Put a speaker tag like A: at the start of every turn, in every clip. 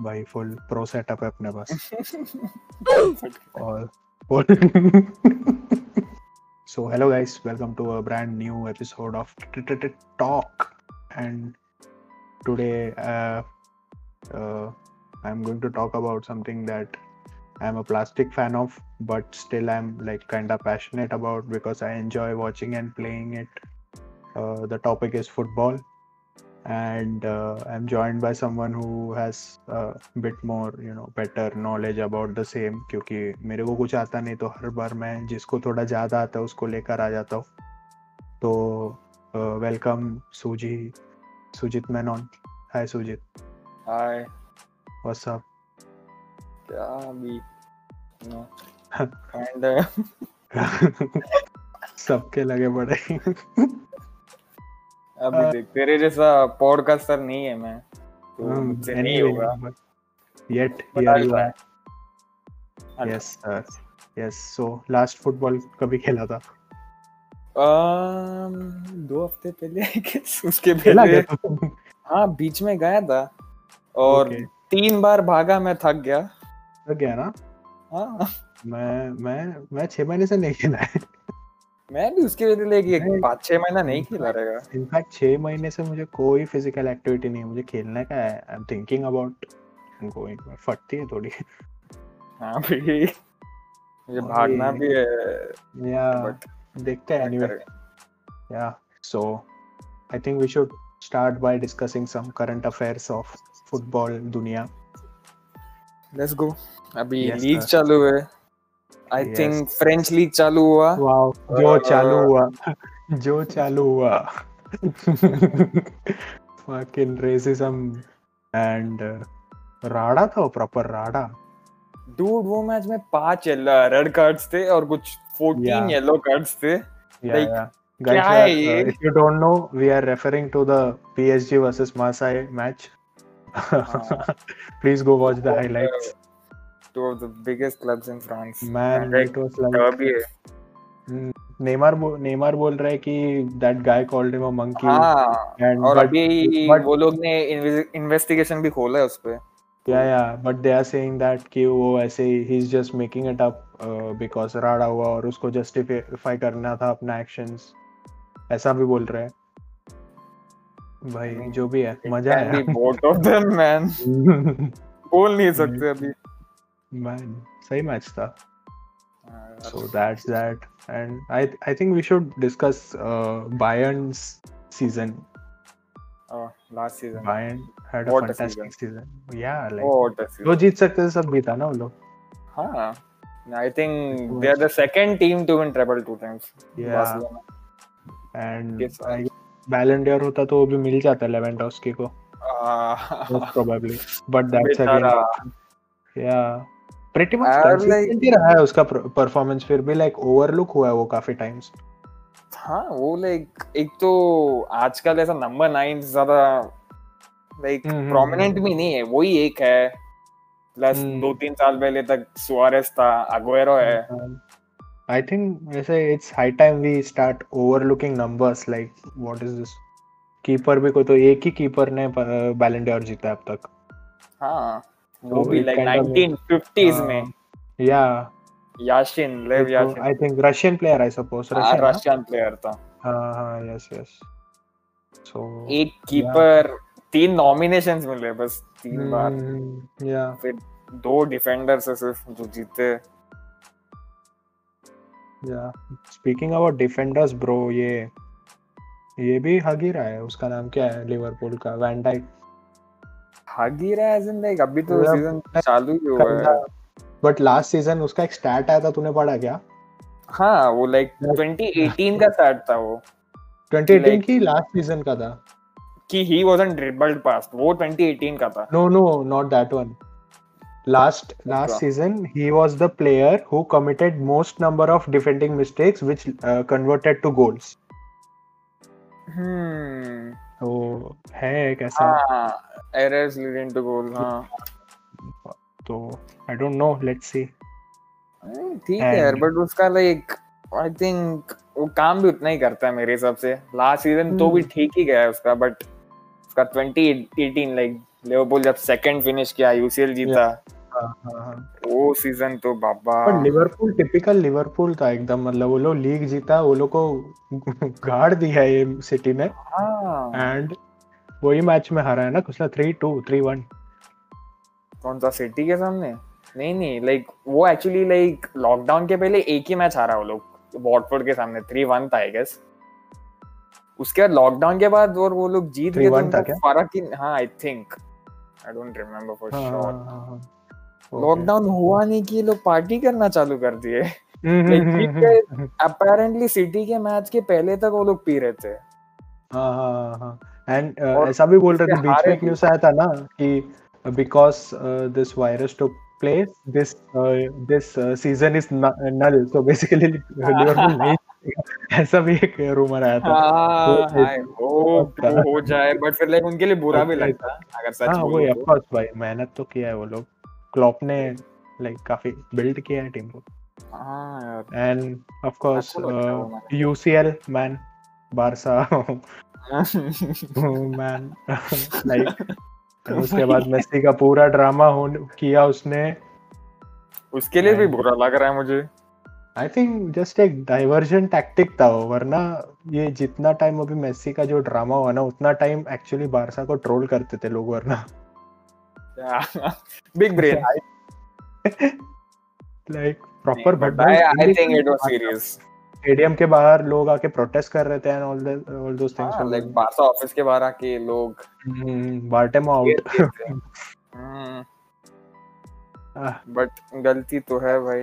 A: भाई full pro setup है अपने पास और so hello guys welcome to a brand new episode of talk and today uh, I am going to talk about something that I'm a plastic fan of, but still I'm like kind of passionate about because I enjoy watching and playing it. Uh, the topic is football, and uh, I'm joined by someone who has uh, a bit more, you know, better knowledge about the same. क्योंकि मेरे को कुछ आता नहीं तो हर बार मैं जिसको थोड़ा ज़्यादा आता है उसको लेकर आ जाता हूँ तो वेलकम सूजी Sujit Menon hi Sujit
B: hi
A: what's up
B: क्या अभी नो
A: हाँ।
B: काइंड ऑफ
A: सबके लगे पड़े
B: अभी
A: हाँ।
B: देख तेरे जैसा पॉडकास्टर नहीं है मैं
A: हाँ,
B: तो मुझसे नहीं होगा
A: yet
B: But
A: here
B: I'll
A: you
B: try.
A: are
B: I'll
A: yes sir yes so last football कभी खेला था
B: um, दो हफ्ते पहले I guess, उसके
A: खेला
B: पहले
A: क्या तू?
B: हाँ बीच में गया था और
A: Okay,
B: तीन बार भागा मैं थक गया
A: लग गया ना
B: हाँ
A: मैं मैं मैं छह महीने से नहीं खेला है
B: मैं भी उसके लिए
A: नहीं।
B: एक पाँच छह महीना नहीं खेला रहेगा
A: इनफैक्ट छह महीने से मुझे कोई फिजिकल एक्टिविटी नहीं है मुझे खेलने का है I am thinking about going फटती है थोड़ी
B: हाँ भाई मुझे
A: और
B: भागना
A: ये-
B: भी है
A: या
B: but
A: देखते हैं एनीवे
B: करेंगे।
A: Yeah, so I think we should start by discussing some current affairs of football dunia.
B: Let's go अभी
A: Yes,
B: लीग
A: sir.
B: चालू है I
A: Yes.
B: Think French league चालू हुआ
A: Wow, जो चालू हुआ, जो चालू हुआ. Fucking racism and uh, राड़ा था प्रॉपर राड़ा.
B: डूड वो मैच में पांच रेड कार्ड्स थे और कुछ 14
A: Yeah.
B: येलो कार्ड्स थे
A: Yeah,
B: Like,
A: yeah.
B: क्या
A: Guys, we
B: है
A: are,
B: ये?
A: uh, if you don't know, we are referring to the PSG versus Marseille match.
B: हाँ.
A: Please go watch the
B: Two of the-
A: highlights.
B: Two of the biggest clubs in France
A: Man,
B: and
A: it was like mm,
B: derby है
A: Neymar बो, Neymar बोल रहा है कि that guy called him a monkey
B: हाँ
A: and
B: और
A: but
B: अभी
A: but-
B: वो लोग ने इन्वेस्टिगेशन भी खोला है उस पे
A: या या but they are saying that कि वो ऐसे ही is just making it up because राड़ा uh, हुआ और उसको जस्टिफाई करना था अपना एक्शंस ऐसा भी बोल रहे हैं
B: हम्म।
A: भाई जो भी है मजा है
B: बोथ ऑफ देम मैन बोल नहीं सकते अभी
A: मैन सही मैच था so
B: हाँ,
A: that's that and i i think we should discuss uh, bayern's season
B: last season
A: bayern had a
B: What a Oh.
A: fantastic season yeah like
B: what a
A: जो जीत सकते थे सब जीता ना वो लोग
B: हाँ I think
A: Too
B: they are the second team to win treble two times
A: Yeah, and
B: Yes, sir.
A: I guess Ballon d'Or होता तो वो भी मिल जाता लेवेंडोस्की को most
B: Barcelona
A: probably but that's
B: Ah. बेचारा
A: again yeah pretty much
B: And like-
A: consistent ही रहा है उसका परफॉर्मेंस फिर भी लाइक ओवरलुक हुआ है वो काफी टाइम्स
B: हाँ वो लाइक एक तो आजकल ऐसा नंबर नाइन ज्यादा लाइक
A: हम्म,
B: प्रोमिनेंट
A: हम्म।
B: भी नहीं है वही एक है प्लस
A: हम्म।
B: दो तीन साल पहले तक सुआरेस था अगुएरो है
A: आई थिंक Uh, वैसे it's high time we start overlooking numbers like what is this keeper भी कोई तो एक ही कीपर ने बैलन डॉर जीता है अब तक
B: हाँ
A: तो
B: वो भी
A: एक
B: लाइक
A: kind of- Uh, हाँ।
B: 1950s में
A: या
B: Yashin Lev Yashin
A: I think Russian player I suppose Russian
B: Russian player हाँ, था
A: हाँ हाँ यस यस सो
B: एक कीपर तीन नॉमिनेशंस मिले बस
A: हम्म।
B: तीन बार
A: mm, या
B: दो डिफेंडर्स है सिर्फ जो जीते
A: या स्पीकिंग अबाउट डिफेंडर्स ब्रो ये ये भी हगीरा है उसका नाम क्या है लिवरपूल का वैन डाइक
B: हागीरा एज इन लाइक अभी तो
A: Yeah.
B: सीजन चालू ही हुआ है
A: बट लास्ट सीजन उसका एक स्टैट आया था तूने पढ़ा क्या
B: हाँ वो लाइक
A: Yeah.
B: 2018 का स्टार्ट था वो
A: 2018
B: Like-
A: की लास्ट सीजन का था
B: कि ही वाजंट ड्रिबल्ड पास वो 2018 का था
A: no no not that one last last
B: Okay.
A: Season ही was the player who committed most number of defending mistakes which converted to goals
B: hmm
A: तो है कैसा
B: हाँ एरर्स लीडिंग टू गोल हाँ
A: तो I don't know let's see
B: अरे, Hmm, ठीक है यार
A: And-
B: बट उसका लाइक आई थिंक वो काम भी उतना ही करता है मेरे हिसाब से लास्ट सीजन तो भी
A: Hmm.
B: ठीक ही गया है उसका बट उसका 2018 लाइक लिवरपूल जब सेकंड फिनिश किया यूसीएल जीता हाँ, वो सीजन तो बाबा
A: पर लिवरपूल टिपिकल लिवरपूल था एकदम मतलब वो लोग लीग जीता वो लोग को गाड़ दिया ये सिटी ने
B: हाँ
A: एंड वही मैच में हारा है ना कुछ ना थ्री टू थ्री वन
B: कौन सा सिटी के सामने नहीं नहीं लाइक वो एक्चुअली लाइक लॉकडाउन के पहले एक ही मैच हारा वो लोग वॉटफोर्ड के सामने थ्री वन था आई गेस उसके बाद लॉकडाउन के बाद और वो लोग जीत गए तो
A: 3-1 था
B: उनको फर्क ही हाँ I think I don't remember for
A: हाँ,
B: श्योर
A: लॉकडाउन
B: लॉकडाउन हुआ नहीं कि ये लोग पार्टी करना चालू कर दिए
A: हम्म,
B: like, जीत गए। अपेरेंटली सिटी के मैच के पहले तक वो लोग पी रहे थे
A: हाँ हाँ हाँ एंड
B: और
A: ऐसा भी बोल रहे थे
B: उसके
A: बीच
B: हारे
A: में एक न्यूज आया था ना कि uh, because this virus took place this this season is null so basically Liverpool नहीं ऐसा भी एक रूमर आया था
B: हाँ
A: वो-
B: I hope वो हो जाए बट फिर लाइक उनके लिए बुरा भी
A: Okay.
B: लगता अगर सच
A: हाँ वो
B: बोलो
A: ऑफ
B: तो
A: कोर्स भाई मेहनत तो किया है वो लोग क्लॉप ने लाइक काफी बिल्ड किया है टीम को
B: हाँ यार
A: एंड ऑफ कोर्स
B: आपको तो अच्छा लगता है वो मैंने-
A: UCL man Barça man like उसके बाद मेसी का पूरा ड्रामा किया उसने
B: उसके लिए भी बुरा लग रहा है मुझे
A: आई थिंक जस्ट एक डाइवर्जन टैक्टिक था वो वरना ये जितना टाइम अभी मेसी का जो ड्रामा हुआ ना उतना टाइम एक्चुअली बारसा को ट्रोल करते थे लोग वरना
B: big brain
A: like proper
B: I think it was serious
A: stadium के बाहर लोग आके प्रोटेस्ट कर रहे थे and all all those
B: like
A: things
B: Barca office के बाहर आके लोग
A: Hmm, Bartomeu out Ah.
B: But hmm. गलती तो है भाई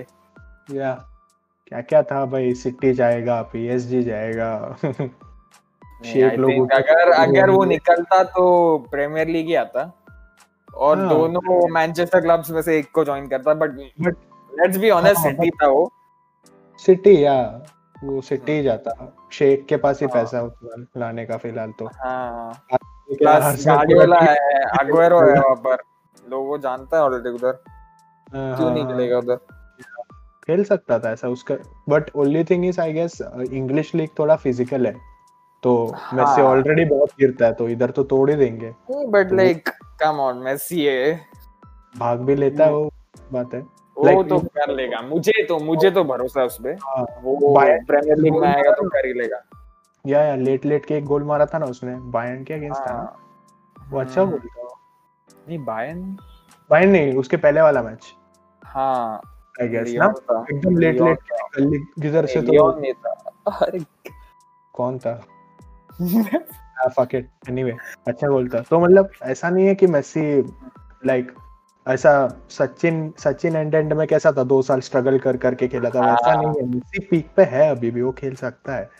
A: या क्या क्या था भाई सिटी जाएगा पीएसजी जाएगा
B: नहीं,
A: शेख
B: I
A: लोग
B: think
A: उठे-
B: अगर अगर वो
A: तो होंगे।
B: निकलता तो प्रीमियर लीग ही आता और
A: हाँ।
B: दोनों मैनचेस्टर क्लब्स में से एक को ज्वाइन करता but
A: But-
B: let's be honest
A: हाँ,
B: सिटी था वो
A: सिटी या वो सिटी जाता शेख के पास ही
B: हाँ।
A: पैसा होता है लाने का फिलहाल तो
B: हाँ
A: लेकिन
B: प्लस
A: आर्सेनल
B: गाड़ी
A: पूरा
B: वाला
A: team-
B: है अग्वेरो है वहां पर लोग वो जानता है ऑलरेडी उधर
A: हाँ,
B: क्यों
A: हाँ,
B: नहीं
A: हाँ।
B: मिलेगा उधर
A: खेल सकता था ऐसा उसका but only thing is I guess English league थोड़ा फिजिकल है तो मेसी
B: हाँ।
A: ऑलरेडी बहुत गिरता है तो इधर तो तोड़ ही देंगे
B: बट
A: तो-
B: लाइक कम ऑन मेसी है
A: भाग भी लेता
B: हम्म।
A: है वो बात है
B: वो
A: Like-
B: तो कर लेगा मुझे तो मुझे तो भरोसा है उस पे
A: हाँ।
B: वो
A: Bayern
B: प्रीमियर लीग में
A: Munich-
B: आएगा तो कर ही लेगा
A: या या लेट लेट के एक गोल मारा था ना उसने बायर्न के अगेंस्ट था ना
B: हाँ।
A: वो अच्छा
B: हम्म।
A: गोल था
B: नहीं बायन
A: बायर्न नहीं उसके पहले वाला मैच
B: हाँ
A: आई गेस ना
B: लियोन था
A: एकदम लेट
B: लियोन
A: लेट
B: था।
A: गली किधर से
B: नहीं,
A: तो
B: लियोन नहीं था अरे
A: कौन था फक इट एनीवे अच्छा गोल था तो मतलब ऐसा नहीं है कि मेसी लाइक ऐसा सचिन सचिन एंड एंड में कैसा था दो साल स्ट्रगल कर करके खेला था वैसा
B: हाँ।
A: नहीं है मेसी पीक पे है अभी भी वो खेल सकता है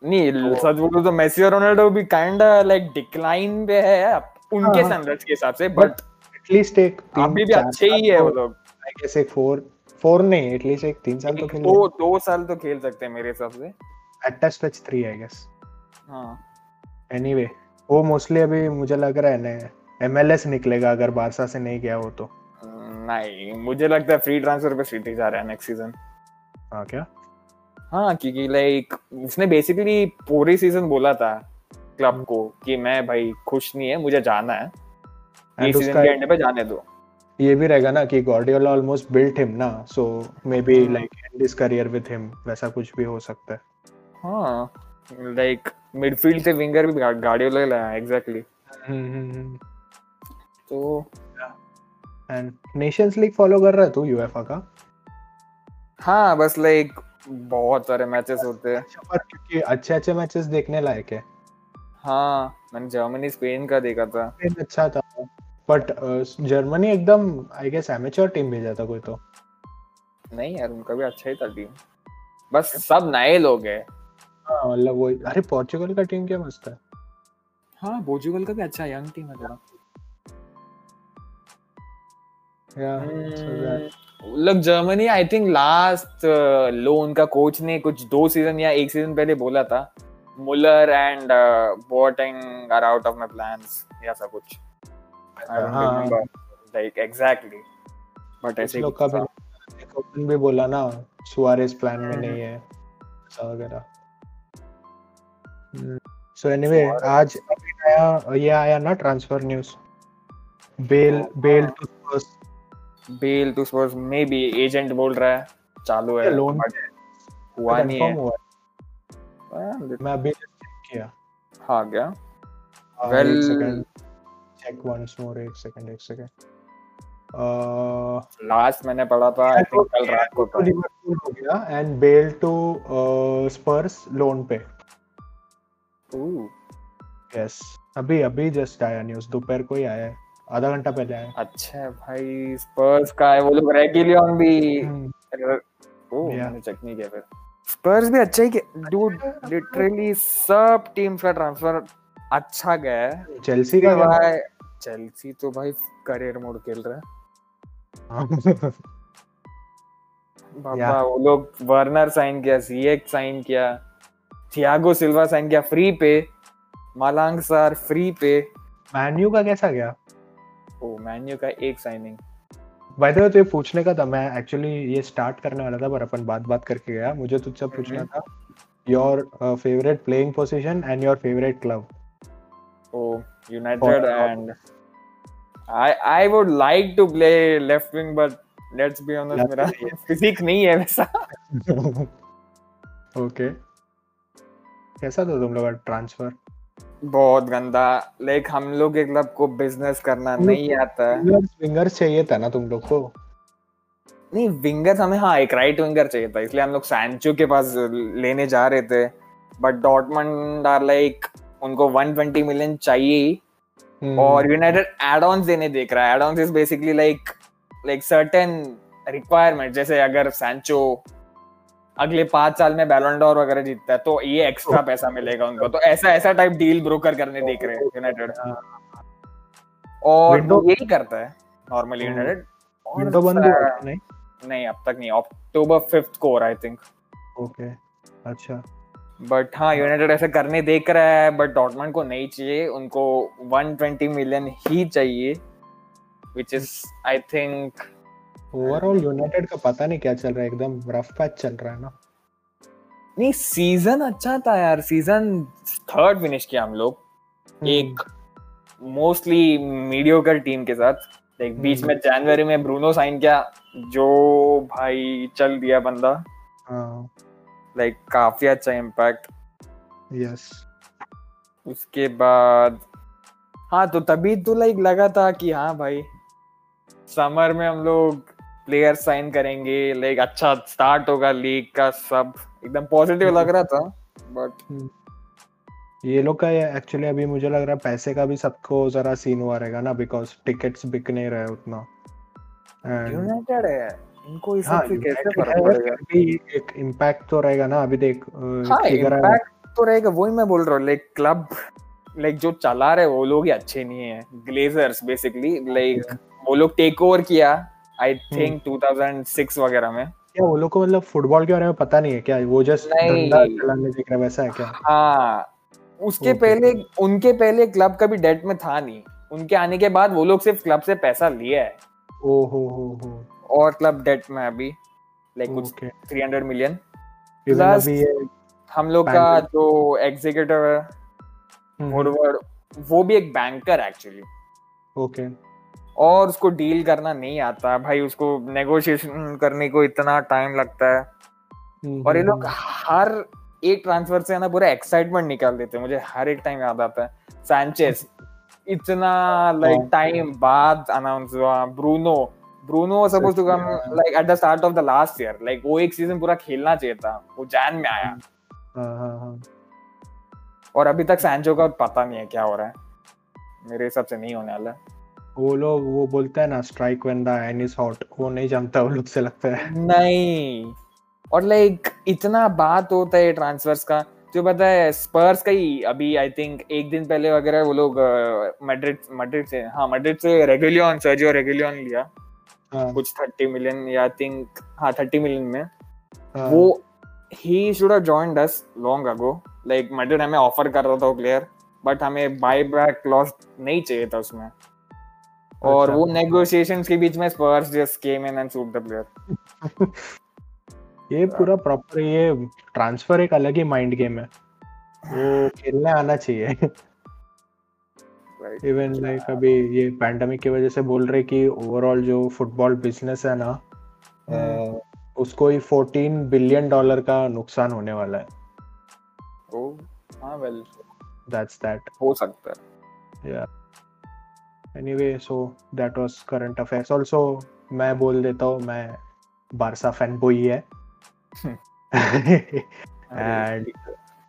B: नहीं
A: वो-
B: सच बोलो तो मेसी और रोनाल्डो भी काइंड लाइक डिक्लाइन पे है उनके
A: हाँ।
B: स्टैंडर्ड्स के हिसाब से बट
A: एटलीस्ट एक तीन
B: अभी भी
A: चार
B: अच्छे
A: साल
B: ही है
A: तो-
B: वो लोग
A: आई गेस एक फोर फोर नहीं एटलीस्ट एक तीन साल तो
B: एक
A: खेल
B: दो दो साल तो खेल सकते हैं मेरे हिसाब से
A: eight touch touch three I guess
B: हाँ
A: एनीवे वो मोस्टली अभी मुझे लग रहा है ना एमएलएस निकलेगा अगर बारसा से नहीं गया हो तो
B: नहीं मुझे लगता है फ्री ट्रांसफर पे सिटी जा रहा है नेक्स्ट सीजन
A: हाँ क्या
B: हाँ क्योंकि लाइक उसने बेसिकली पूरे सीजन बोला था क्लब को कि मैं भाई खुश नहीं है मुझे जाना है ये
A: एंड
B: सीजन
A: उसका
B: के एंड पे जाने दो
A: ये भी रहेगा ना कि गॉर्डियोला ऑलमोस्ट बिल्ट हिम ना सो मे बी
B: हाँ।
A: Like and this career with him वैसा कुछ भी हो सकता है
B: हाँ लाइक मिडफील्ड से विंगर भी गाड़ियों लाया एग्जैक्टली तो
A: एंड नेशंस लीग फॉलो कर रहा है तू यूएफए का
B: हाँ बस लाइक बहुत सारे मैचेस होते हैं
A: अच्छा पर क्योंकि अच्छे अच्छे मैचेस देखने लायक है
B: हाँ मैंने जर्मनी स्पेन का देखा था
A: स्पेन अच्छा था बट जर्मनी एकदम आई गेस एमेच्योर टीम भेजा था कोई तो
B: नहीं यार उनका भी अच्छा ही था टीम बस सब नए लोग हैं
A: हाँ मतलब वो अरे पोर्चुगल का टीम क्या मस्त है
B: हाँ पोर्चुगल का भी अच्छा यंग टीम है थोड़ा
A: या
B: Hmm, look Germany I think last लो उनका कोच ने कुछ दो सीजन या एक सीजन पहले बोला था uh, Muller and Boateng are out of my plans या ऐसा कुछ आई डोंट
A: हाँ।
B: रिमेंबर लाइक एग्जैक्टली बट ऐसे
A: लोग
B: कुछ
A: का
B: था।
A: भी कोपन भी बोला ना सुआरेस प्लान में
B: हाँ। हम्म।
A: नहीं है ऐसा वगैरह हम्म,
B: तो
A: सो एनीवे आज अभी नया ये आया ना ट्रांसफर न्यूज Bale,
B: हाँ।
A: Bale to Spurs.
B: Bale to Spurs maybe agent बोल रहा है चालू है
A: Yeah, loan
B: but हुआ नहीं है
A: confirm हुआ है।
B: हाँ,
A: मैं अभी just check किया
B: हाँ क्या
A: हाँ,
B: Well-
A: एक second. Check once more. एक second, एक second. Uh,
B: लास्ट मैंने पढ़ा था आई थिंक कल रात को
A: तो
B: था
A: Liverpool हो गया and Bale to Spurs loan uh, पे
B: Ooh,
A: यस अभी अभी जस्ट आया न्यूज़ दोपहर को ही आया है आधा घंटा पहले आया है।
B: अच्छा है भाई स्पर्स का है वो लोग रेगिलियन भी
A: हाँ। हम्म,
B: ओ
A: Yeah.
B: मैंने चेक नहीं किया फिर स्पर्स भी अच्छा ही डूड लिटरली सब टीम्स का ट्रांसफर अच्छा गया है
A: चेल्सी का
B: पर
A: क्या
B: भाई चेल्सी तो भाई करियर मोड खेल रहा है
A: हुआ?
B: बाबा
A: Yeah.
B: वो लोग वर्नर साइन किया सीएक साइन किया थियागो सिल्वा साइन किया फ्री पे मालांग सर फ्री पे
A: मैन्यू का कैसा गया
B: ओ मैन्यू का एक साइनिंग
A: बाय द वे तो ये पूछने का था मैं एक्चुअली ये स्टार्ट करने वाला था पर अपन बात बात करके गया मुझे तुझसे पूछना था uh, your favourite playing position and your favourite club
B: Oh, United
A: Oh, yeah.
B: and I I would like to play left wing, but let's be honest,
A: Left
B: मेरा physique नहीं है वैसा.
A: ओके कैसा था तुम लोग का ट्रांसफर
B: बहुत गंदा. Like हम लोग के क्लब को बिजनेस करना
A: हम लोग
B: नहीं आता. है.
A: विंगर्स विंगर्स चाहिए था ना तुम लोग को
B: नहीं विंगर हमें हाँ एक राइट विंगर चाहिए था इसलिए हम लोग सैंचो के पास लेने जा रहे थे बट डॉटमंड आर लाइक उनको 120 मिलियन चाहिए ही
A: हम्म। Hmm.
B: और यूनाइटेड एड ऑन देने देख रहा है add on is basically like like certain requirement जैसे अगर सैंचो अगले पांच साल में बैलोंडोर वगैरह जीतता है तो ये एक्स्ट्रा पैसा मिलेगा उनको तो ऐसा ऐसा टाइप डील ब्रोकर करने देख रहे हैं यूनाइटेड और
A: Window-
B: यही करता है नॉर्मली
A: हम्म।
B: यूनाइटेड
A: विंडो बंद हुआ था, नहीं
B: नहीं अब तक नहीं अक्टूबर फिफ्थ को हो रहा आई थिंक
A: ओके अच्छा
B: बट हाँ
A: Hmm.
B: यूनाइटेड ऐसे करने देख रहा है बट डॉटमंड को नहीं चाहिए उनको 120 मिलियन ही चाहिए which is I think
A: overall United का पता नहीं क्या चल रहा है एकदम रफ पैच चल रहा है ना
B: नहीं सीजन अच्छा था यार सीजन थर्ड फिनिश किया हम लोग एक मोस्टली मीडियोकर टीम के साथ
A: Hmm.
B: लाइक बीच में जनवरी में ब्रूनो साइन किया जो भाई चल दिया बंदा
A: Hmm. हाँ,
B: लाइक काफी अच्छा इम्पैक्ट
A: यस
B: उसके बाद हाँ तो तभी तो लाइक लगा था कि हाँ भाई समर में हम लोग प्लेयर साइन करेंगे लाइक अच्छा स्टार्ट होगा लीग का सब एकदम पॉजिटिव लग रहा था बट
A: ये लोग का एक्चुअली अभी मुझे लग रहा है पैसे का भी सबको जरा सीन हुआ रहेगा ना बिकॉज टिकट्स बिक नहीं रहे उतना And-
B: यूनाइटेड है इनको इस
A: हाँ,
B: सब से कैसे
A: United
B: फर्क
A: है,
B: पड़ेगा
A: फिर भी एक इम्पैक्ट तो रहेगा ना अभी देख अ,
B: हाँ
A: figure आया।
B: इम्पैक्ट तो रहेगा वही मैं बोल रहा हूँ लाइक क्लब लाइक जो चला रहे वो लोग ही अच्छे नहीं है ग्लेजर्स बेसिकली लाइक वो लोग टेक ओवर किया आई
A: Hmm.
B: थिंक 2006 वगैरह में
A: क्या वो लोग को मतलब फुटबॉल के बारे में पता नहीं है क्या वो जस्ट
B: नहीं।
A: धंधा चलाने देख रहा है वैसा है क्या
B: हाँ उसके
A: Okay.
B: पहले उनके पहले क्लब कभी डेट में था नहीं उनके आने के बाद वो लोग सिर्फ क्लब से पैसा लिया है
A: ओ हो हो हो
B: और क्लब डेट में है अभी लाइक कुछ
A: okay
B: three hundred million
A: even
B: Plus-
A: अभी ये
B: हम लोग का
A: Banker. हम्म।
B: जो एग्जीक्यूटिव है मोरवर वो भी एक बैंकर एक्चुअली
A: ओके
B: और उसको डील करना नहीं आता भाई उसको नेगोशिएशन करने को इतना टाइम लगता है
A: हम्म,
B: और ये लोग हर एक ट्रांसफर से है ना पूरा एक्साइटमेंट निकाल देते हैं मुझे हर एक टाइम याद आता है सैंचेस इतना लाइक
A: हाँ।
B: टाइम बाद अनाउंस हुआ Bruno Bruno was suppose to come
A: Yeah.
B: Like at the start of the last year like वो एक सीजन पूरा खेलना चाहिए था वो जैन में आया
A: हाँ हाँ हाँ
B: और अभी तक सैंचो का पता नहीं है क्या हो रहा है मेरे हिसाब से नहीं होने वाला है।
A: वो लोग वो बोलते हैं ना strike when the iron is hot वो नहीं जमता वो लोग से लगता है
B: नहीं और लाइक इतना बात होता है ट्रांसफर्स का तो पता है स्पर्स का ही अभी आई थिंक एक दिन पहले वगैरह वो लोग मैड्रिड मैड्रिड से हाँ मैड्रिड से रेगुलियन सर्जियो रेगुलियन लिया
A: हाँ,
B: कुछ थर्टी मिलियन या आई थिंक हाँ थर्टी मिलियन में
A: हाँ,
B: वो ही should have joined us long ago like Madrid हमें ऑफर कर रहा था वो प्लेयर बट हमें बाय बैक क्लॉज नहीं चाहिए था उसमें और
A: अच्छा।
B: वो नेगोशिएशंस के बीच में Spurs just came in and suit the player
A: ये पूरा प्रॉपर ये ट्रांसफर एक अलग ही माइंड गेम है वो खेलने आना चाहिए
B: right?
A: इवन लाइक अभी ये पैंडमिक की वजह से बोल रहे कि ओवरऑल जो फुटबॉल बिजनेस है ना
B: हम्म।
A: अ, उसको ही 14 बिलियन डॉलर का नुकसान होने वाला है
B: Oh, हाँ well,
A: दैट्स दैट
B: हो सकता है.
A: Anyway so that was current affairs also मैं बोल देता हूँ मैं बारसा फैन बॉय है
B: हाँ।
A: एंड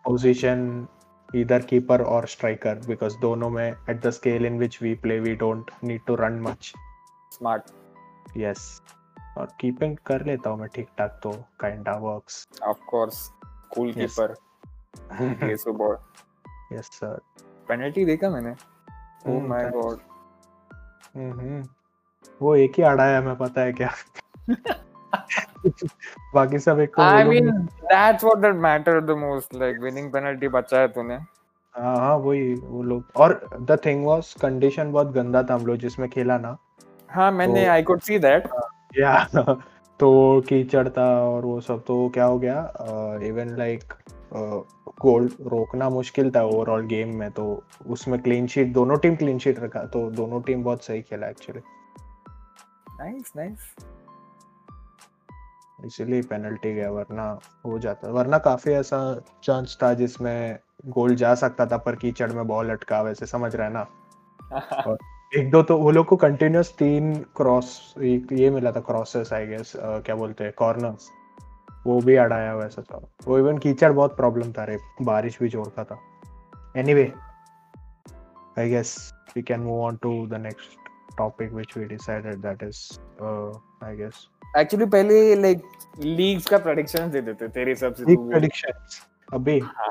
A: पोजीशन either कीपर और स्ट्राइकर बिकॉज दोनों में at the scale in which we play we don't need to run much
B: smart.
A: Yes और कीपिंग कर लेता हूँ मैं ठीक ठाक तो kind of works
B: Of course, cool
A: Yes.
B: keeper. Yes, so ball.
A: Yes sir
B: Penalty देखा मैंने. Oh
A: hmm,
B: my
A: that-
B: god.
A: वो एक ही आड़ा है हमें पता है क्या बाकी सब एक को
B: I
A: वो लोग-
B: mean, that's what that mattered the most. Like winning penalty बचा है तूने.
A: हाँ हाँ वही वो लोग और द थिंग वाज कंडीशन बहुत गंदा था हम लोग जिसमें खेला ना
B: हाँ मैंने
A: तो-
B: I could see that.
A: या तो कीचड़ था और वो सब तो क्या हो गया इवन लाइक गोल रोकना मुश्किल था ओवरऑल गेम में तो उसमें क्लीन शीट दोनों टीम क्लीन शीट रखा तो दोनों टीम बहुत सही खेला एक्चुअली
B: Nice, nice.
A: इसीलिए पेनल्टी गया वरना हो जाता वरना काफी ऐसा चांस था जिसमें गोल जा सकता था पर कीचड़ में बॉल अटका वैसे समझ रहे हैं ना एक दो तो वो लोग को कंटिन्यूस तीन क्रॉस ये मिला था क्रॉसेस आई गेस क्या बोलते हैं कॉर्नर्स वो भी अड़ाया वैसा था वो इवन कीचड़ बहुत प्रॉब्लम था रे बारिश भी जोर का था anyway I guess we can move on to the next topic which we decided that is I guess
B: Actually पहले like leagues का predictions दे देते तेरे हिसाब से
A: लीग
B: तू-
A: प्रेडिक्शंस अभी uh,
B: हाँ,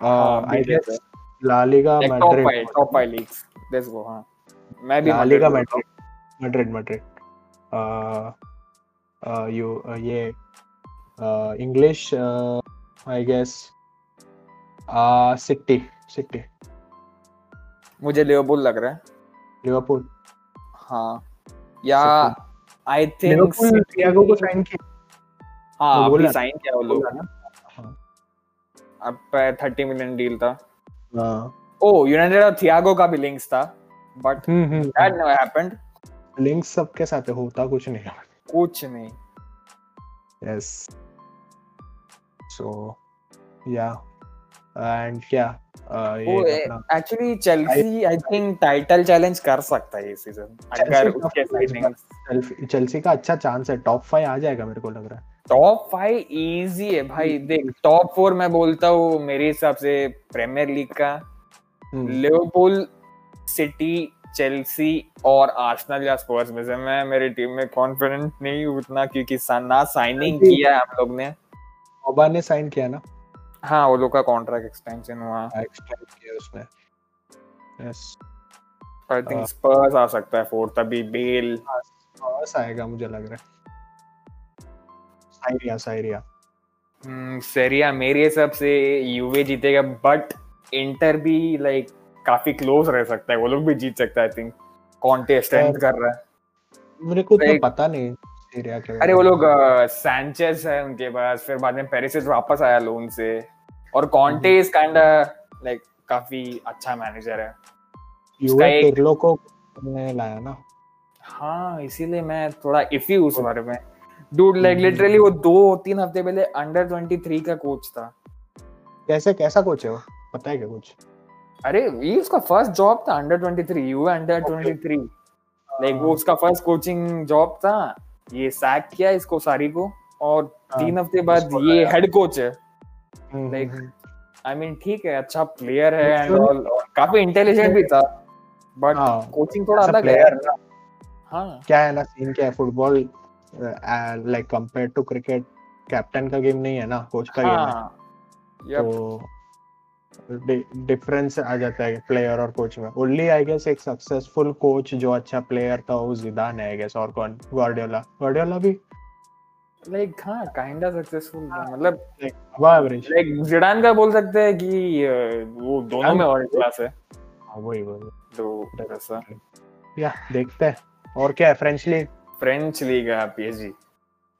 B: हाँ,
A: आई
B: भी देते
A: guess La Liga
B: like top five,
A: Madrid
B: top five leagues. Let's go. हाँ. मैं भी
A: ला
B: Madrid
A: लीगा
B: बोल रहा हूँ.
A: मैड्रिड मैड्रिड मैड्रिड यू ये English I guess City City
B: मुझे लिवरपूल लग रहा है.
A: लिवरपूल
B: हाँ. या आई थिंक
A: लिवरपूल टियागो को साइन किया
B: हाँ
A: बोला
B: अभी
A: ना,
B: साइन किया वो लोग
A: बोला हाँ।
B: अब थर्टी मिलियन डील था
A: हाँ
B: ओ यूनाइटेड और थियागो का भी लिंक्स था but that never happened
A: link सबके साथ है, होता कुछ नहीं
B: कुछ नहीं
A: यस सो या एंड क्या uh,
B: वो
A: ये अपना
B: actually Chelsea I think title challenge कर सकता है ये सीजन अगर
A: Chelsea
B: उसके
A: का-
B: साइनिंग
A: चेल्सी- चेल्सी का अच्छा चांस है टॉप फाइव आ जाएगा मेरे को लग रहा है
B: टॉप फाइव इजी है भाई
A: Hmm.
B: देख टॉप फोर मैं बोलता हूँ मेरे हिसाब से प्रीमियर लीग का
A: हम्म,
B: लिवरपूल सिटी चेल्सी और आर्सेनल या स्पर्स में से मैं मेरी टीम में कॉन्फिडेंट नहीं हूँ उतना क्योंकि सा- ना साइनिंग
A: जी।
B: किया है हम लोग ने
A: ओबा ने साइन किया ना
B: हाँ वो लोग का कॉन्ट्रैक्ट एक्सटेंशन हुआ
A: एक्सटेंड किया उसने यस
B: आई
A: हाँ।
B: थिंक स्पर्स आ सकता है फोर्थ अभी बेल
A: बस आएगा मुझे लग रहा है साइरिया साइरिया
B: सेरिया हम्म, मेरे हिसाब से यूवे जीतेगा बट इंटर भी लाइक काफी क्लोज रह सकता है वो लोग भी जीत सकता है आई थिंक कॉन्टे
A: हाँ।
B: स्ट्रेंथ कर रहा है
A: मेरे को उतना
B: Right.
A: पता नहीं साइरिया के
B: अरे
A: बारे
B: वो
A: में।
B: लोग सैंचेज है उनके पास फिर बाद में पेरिस वापस आया लोन से और कॉन्टे
A: हम्म।
B: इज काइंड लाइक काफी अच्छा मैनेजर है उसका
A: यूए
B: एक-
A: पिरलो को ने लाया ना
B: हाँ इसीलिए मैं थोड़ा इफी हूँ उस बारे में डूड लाइक
A: हाँ। हम्म।
B: लिटरली वो दो तीन हफ्ते पहले अंडर 23 का कोच था
A: कैसे कैसा कोच है वो पता है क्या कुछ
B: अरे ये उसका फर्स्ट जॉब था अंडर 23 यूए अंडर 23
A: हाँ।
B: लाइक वो उसका फर्स्ट कोचिंग जॉब था ये सैक किया इसको सारी को और
A: हाँ,
B: तीन हफ्ते बाद
A: उसको
B: ये
A: लाया।
B: हेड कोच है
A: हम्म,
B: like-
A: हम्म,
B: आई मीन ठीक है अच्छा प्लेयर है एंड
A: Actually-
B: ऑल काफी इंटेलिजेंट भी था बट
A: हाँ,
B: कोचिंग थोड़ा
A: as a
B: अलग है
A: player
B: यार हाँ
A: क्या है ना सीन क्या है football like compare to cricket captain का गेम नहीं है ना कोच का गेम है
B: हाँ यप
A: तो डिफरेंस आ जाता है प्लेयर और कोच में ओनली आई गेस एक सक्सेसफुल कोच जो अच्छा प्लेयर था वो जिदान है आई गेस और कौन गार्डियोला गार्डियोला भी तो-
B: लाइक हाँ काइंड ऑफ सक्सेसफुल
A: हाँ।
B: मतलब
A: वाह एवरेज
B: लाइक जिडान का बोल सकते हैं कि अ, वो दोनों
A: Zidane-
B: में वर्ल्ड क्लास है
A: हाँ, वही वही
B: तो ऐसा
A: या देखते हैं और क्या है फ्रेंच लीग
B: फ्रेंच लीग है पीएसजी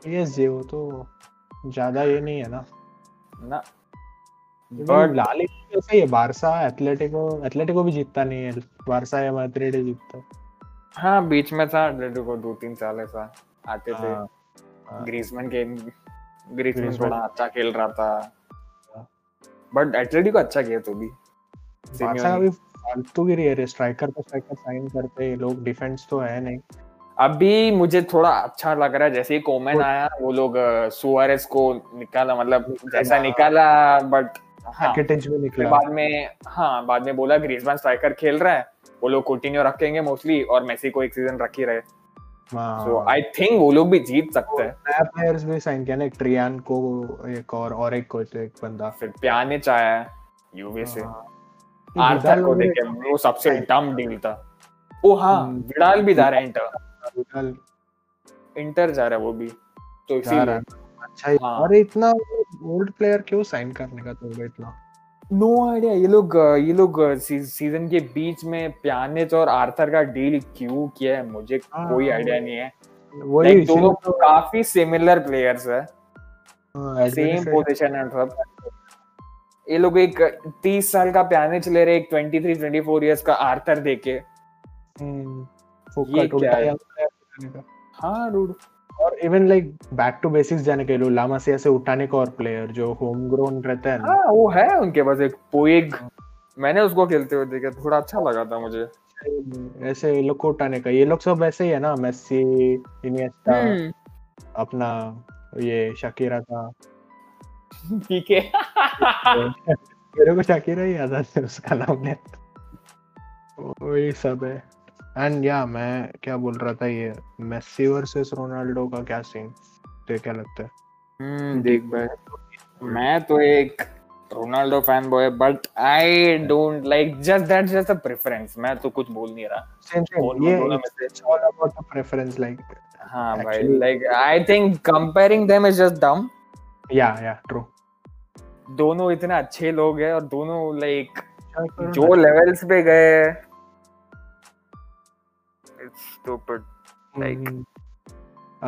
A: पीएसजी वो तो ज्यादा ये नहीं है ना
B: ना
A: बट लाली कैसा ही है बारसा एथलेटिको एथलेटिको भी जीतता नहीं है बारसा या मैड्रिड ही जीतता है
B: हाँ बीच में था एटलेटिको को दो तीन साल ऐसा आते थे
A: हाँ, हाँ,
B: ग्रीजमैन के ग्रीजमैन
A: ग्रीजमैन।
B: बड़ा अच्छा खेल रहा था
A: हाँ।
B: बट एटलेटिको अच्छा किया तो भी
A: बारसा का भी फालतूगिरी है स्ट्राइकर पर स्ट्राइकर साइन करते हैं, लोग डिफेंस तो है नहीं
B: अभी मुझे थोड़ा अच्छा लग रहा है जैसे ही कोमेन
A: वो-
B: आया वो लोग सुआरेस को निकाला मतलब जैसा
A: हाँ।
B: निकाला बट हाँ
A: पैकेटेज भी
B: फिर
A: निकला
B: बाद में हाँ बाद में बोला ग्रीजमैन स्ट्राइकर खेल रहा है वो लोग कोटिन्यू रखेंगे मोस्टली और मेसी को एक सीजन रख ही रहे सो आई थिंक वो लोग भी जीत सकते हैं
A: नया प्लेयर्स हाँ। भी साइन किया ना एक ट्रियान को एक और और एक को तो एक बंदा
B: फिर प्यानिच आया है यूवी से
A: हाँ।
B: आर्थर
A: विडाल
B: को
A: भी-
B: देखे वो सबसे डम डील था ओ हाँ
A: हम्म।
B: विडाल भी जा रहा है इंटर
A: विडाल
B: इंटर जा रहा है वो भी तो
A: जा रहा
B: इसीलिए
A: है। अच्छा ही-
B: हाँ।
A: अरे इतना ओल्ड प्लेयर क्यों साइन करने का तुमको इतना
B: नो आइडिया ये लोग ये लोग सीजन के बीच में प्यानिच और आर्थर का डील क्यों किया है मुझे
A: हाँ,
B: कोई
A: हाँ,
B: आइडिया
A: वही-
B: नहीं है
A: वही
B: लाइक दोनों काफी सिमिलर प्लेयर्स है
A: हाँ,
B: सेम
A: एडमिनिस्ट्रेशन
B: पोजीशन है सब ये लोग एक 30 साल का प्यानिच ले रहे एक 23 24 इयर्स का आर्थर देके ये
A: फोकट
B: क्या
A: उल्टा
B: है?
A: young player बनाने का।
B: हाँ डूड
A: और even like back to basics जाने के लिए लामासिया से उठाने का और प्लेयर जो होम ग्रोन रहता है ना
B: हाँ वो है उनके पास एक पोएग मैंने उसको खेलते हुए देखा थोड़ा अच्छा लगा था मुझे हाँ।
A: ऐसे ये लोग को उठाने का ये लोग सब ऐसे ही है ना मेसी इनिएस्टा
B: हम्म।
A: अपना ये शकीरा का
B: ठीक है
A: मेरे को शकीरा ही याद आता है उसका नाम है वही सब है एंड या मैं क्या बोल रहा था ये मेसी वर्सेस रोनाल्डो का क्या सीन तो क्या लगता है
B: हम्म देख भाई मैं तो एक Ronaldo fan boy but I don't like just that just a preference मैं तो कुछ बोल नहीं रहा
A: सेम सेम
B: दोनों-
A: ये
B: दोनों में से
A: it's all about the preference like
B: हाँ भाई
A: Actually-
B: like I think comparing them is just dumb
A: yeah या ट्रू
B: दोनों इतने अच्छे लोग हैं और दोनों लाइक जो लेवल्स पे गए इट्स स्टूपिड like-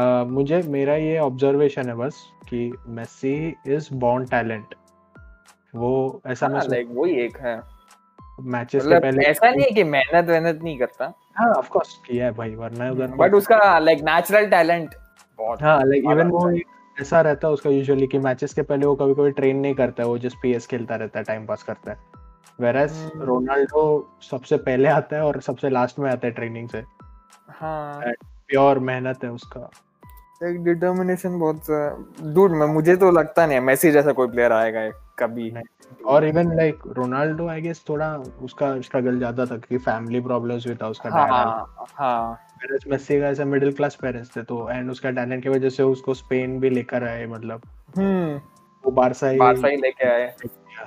A: Uh, मुझे मेरा ये ऑब्जर्वेशन है बस कि मेसी इज बॉर्न टैलेंट वो ऐसा मैं
B: लाइक हाँ, वही एक है
A: मैचेस के
B: मतलब
A: पहले
B: ऐसा नहीं है कि मेहनत वेहनत नहीं करता
A: हाँ ऑफ कोर्स किया है भाई वरना उधर
B: बट उसका लाइक नेचुरल टैलेंट बहुत
A: हाँ लाइक
B: हाँ,
A: इवन वो
B: right.
A: एक ऐसा रहता है उसका यूजुअली कि मैचेस के पहले वो कभी कभी ट्रेन नहीं करता है वो जस्ट पीएस खेलता रहता है टाइम पास करता है वेरस
B: Hmm.
A: रोनाल्डो सबसे पहले आता है और सबसे लास्ट में आता है ट्रेनिंग से
B: हाँ
A: प्योर मेहनत है उसका
B: एक डिटर्मिनेशन बहुत डूड मैं मुझे तो लगता नहीं है मेसी जैसा कोई प्लेयर आएगा एक कभी
A: और
B: Hmm.
A: Even like Ronaldo I guess थोड़ा उसका स्ट्रगल ज्यादा था क्योंकि फैमिली प्रॉब्लम्स भी था उसका डैड
B: हाँ हाँ
A: पेरेंट्स मेसी का ऐसा मिडिल क्लास पेरेंट्स थे तो एंड उसका टैलेंट की वजह से उसको स्पेन भी लेकर आए मतलब
B: हम्म
A: वो बारसा ही
B: बारसा ही लेके आए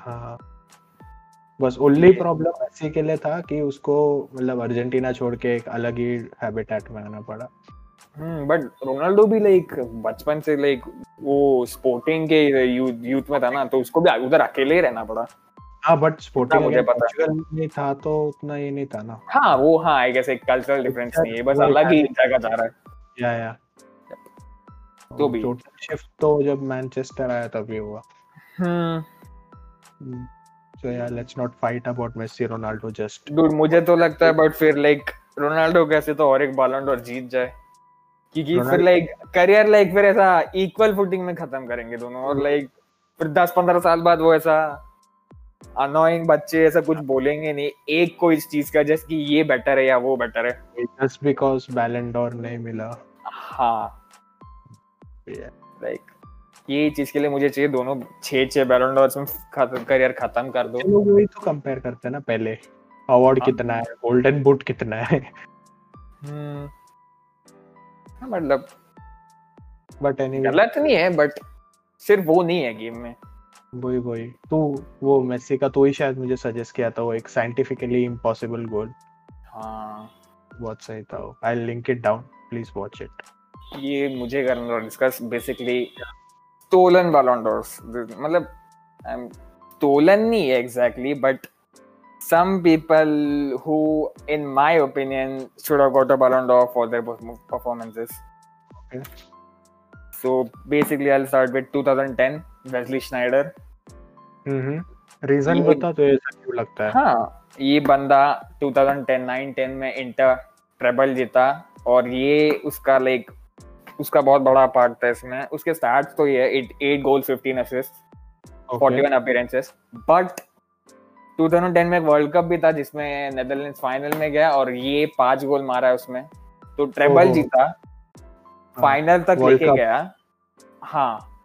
A: हाँ बस ओनली
B: ये-
A: प्रॉब्लम मेसी के लिए था कि उसको मतलब अर्जेंटीना छोड़ के एक अलग ही हैबिटेट में आना पड़ा
B: हम्म बट रोनाल्डो भी लाइक बचपन से लाइक वो स्पोर्टिंग के यूथ यूथ में था ना तो उसको भी उधर अकेले ही रहना पड़ा
A: हाँ बट स्पोर्टिंग
B: मुझे पता है।
A: पोर्चुगल में था तो उतना ये नहीं था ना
B: हाँ वो हाँ आई गेस एक कल्चरल डिफरेंस नहीं है बस
A: अच्छा, वो
B: अलग ही जगह जा रहा है
A: या या
B: तो भी।
A: शिफ्ट तो जब मैनचेस्टर आया तब ये हुआ हम्म।
B: Hmm
A: so yeah let's not fight about Messi Ronaldo just
B: dude मुझे तो लगता है बट फिर लाइक रोनाल्डो कैसे तो और एक बालन और जीत जाए क्योंकि फिर
A: रोनाल्डो-
B: लाइक करियर लाइक फिर ऐसा इक्वल फुटिंग में खत्म करेंगे दोनों और लाइक फिर 10 15 साल बाद वो ऐसा अनोइंग बच्चे ऐसा कुछ बोलेंगे नहीं एक को इस चीज का जस्ट कि ये बेटर है या वो बेटर है
A: जस्ट बिकॉज बैलेंडोर नहीं मिला
B: हाँ
A: Yeah.
B: लाइक ये चीज के लिए मुझे चाहिए दोनों छह छह बैलन डॉर्स में करियर खत्म कर दो
A: ये लोग वही तो कंपेयर करते हैं ना पहले अवार्ड
B: हाँ।
A: कितना है गोल्डन बूट कितना है
B: हम्म हाँ, मतलब
A: बट एनीवे
B: गलत तो नहीं है बट सिर्फ वो नहीं है गेम में
A: वही वही तू वो मेसी का तो ही शायद मुझे सजेस्ट किया था वो एक साइंटिफिकली इम्पॉसिबल गोल
B: हाँ
A: बहुत सही था वो I link it down please watch it
B: ये मुझे करना और discuss basically stolen ballon d'ors मतलब um, stolen नहीं है exactly but some people who in my opinion should have got a ballon d'or for their perf- performances
A: Okay.
B: so basically i'll start with 2010 wesley schneider
A: हम्म reason
B: ये-
A: बता तो ऐसा क्यों लगता है
B: हाँ ये बंदा 2010 9 10 में इंटर ट्रेबल जीता और ये उसका लाइक उसका बहुत बड़ा पार्ट था इसमें उसके स्टार्ट तो ये है 8 goal 15 assist
A: Okay.
B: 41 appearances but 2010 में एक वर्ल्ड कप भी था जिसमें नेदरलैंड्स फाइनल में गया और ये पांच गोल मारा है उसमें तो ट्रेबल
A: ओहो।
B: जीता
A: हाँ।
B: फाइनल तक
A: World
B: लेके
A: Cup।
B: गया हाँ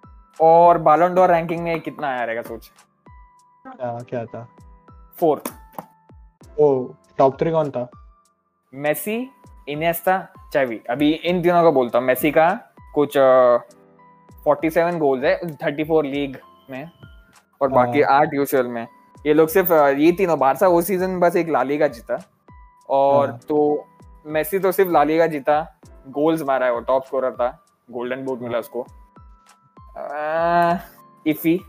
B: और बालोंडोर रैंकिंग में कितना आया रहेगा सोच
A: क्या क्या था
B: फोर्थ
A: वो टॉप थ्री कौन था
B: मेसी इनेस्ता चावी अभी इन तीनों का बोलता हूँ मेसी का कुछ फोर्टी सेवन गोल्स है थर्टी फोर लीग में और
A: हाँ।
B: बाकी आठ यूशल में ये लोग सिर्फ अ, ये तीनों बारसा वो सीजन बस एक लालीगा जीता और
A: हाँ।
B: तो मेसी तो सिर्फ लालीगा जीता गोल्स मारा है वो टॉप स्कोरर था गोल्डन बूट मिला उसको अ, इफी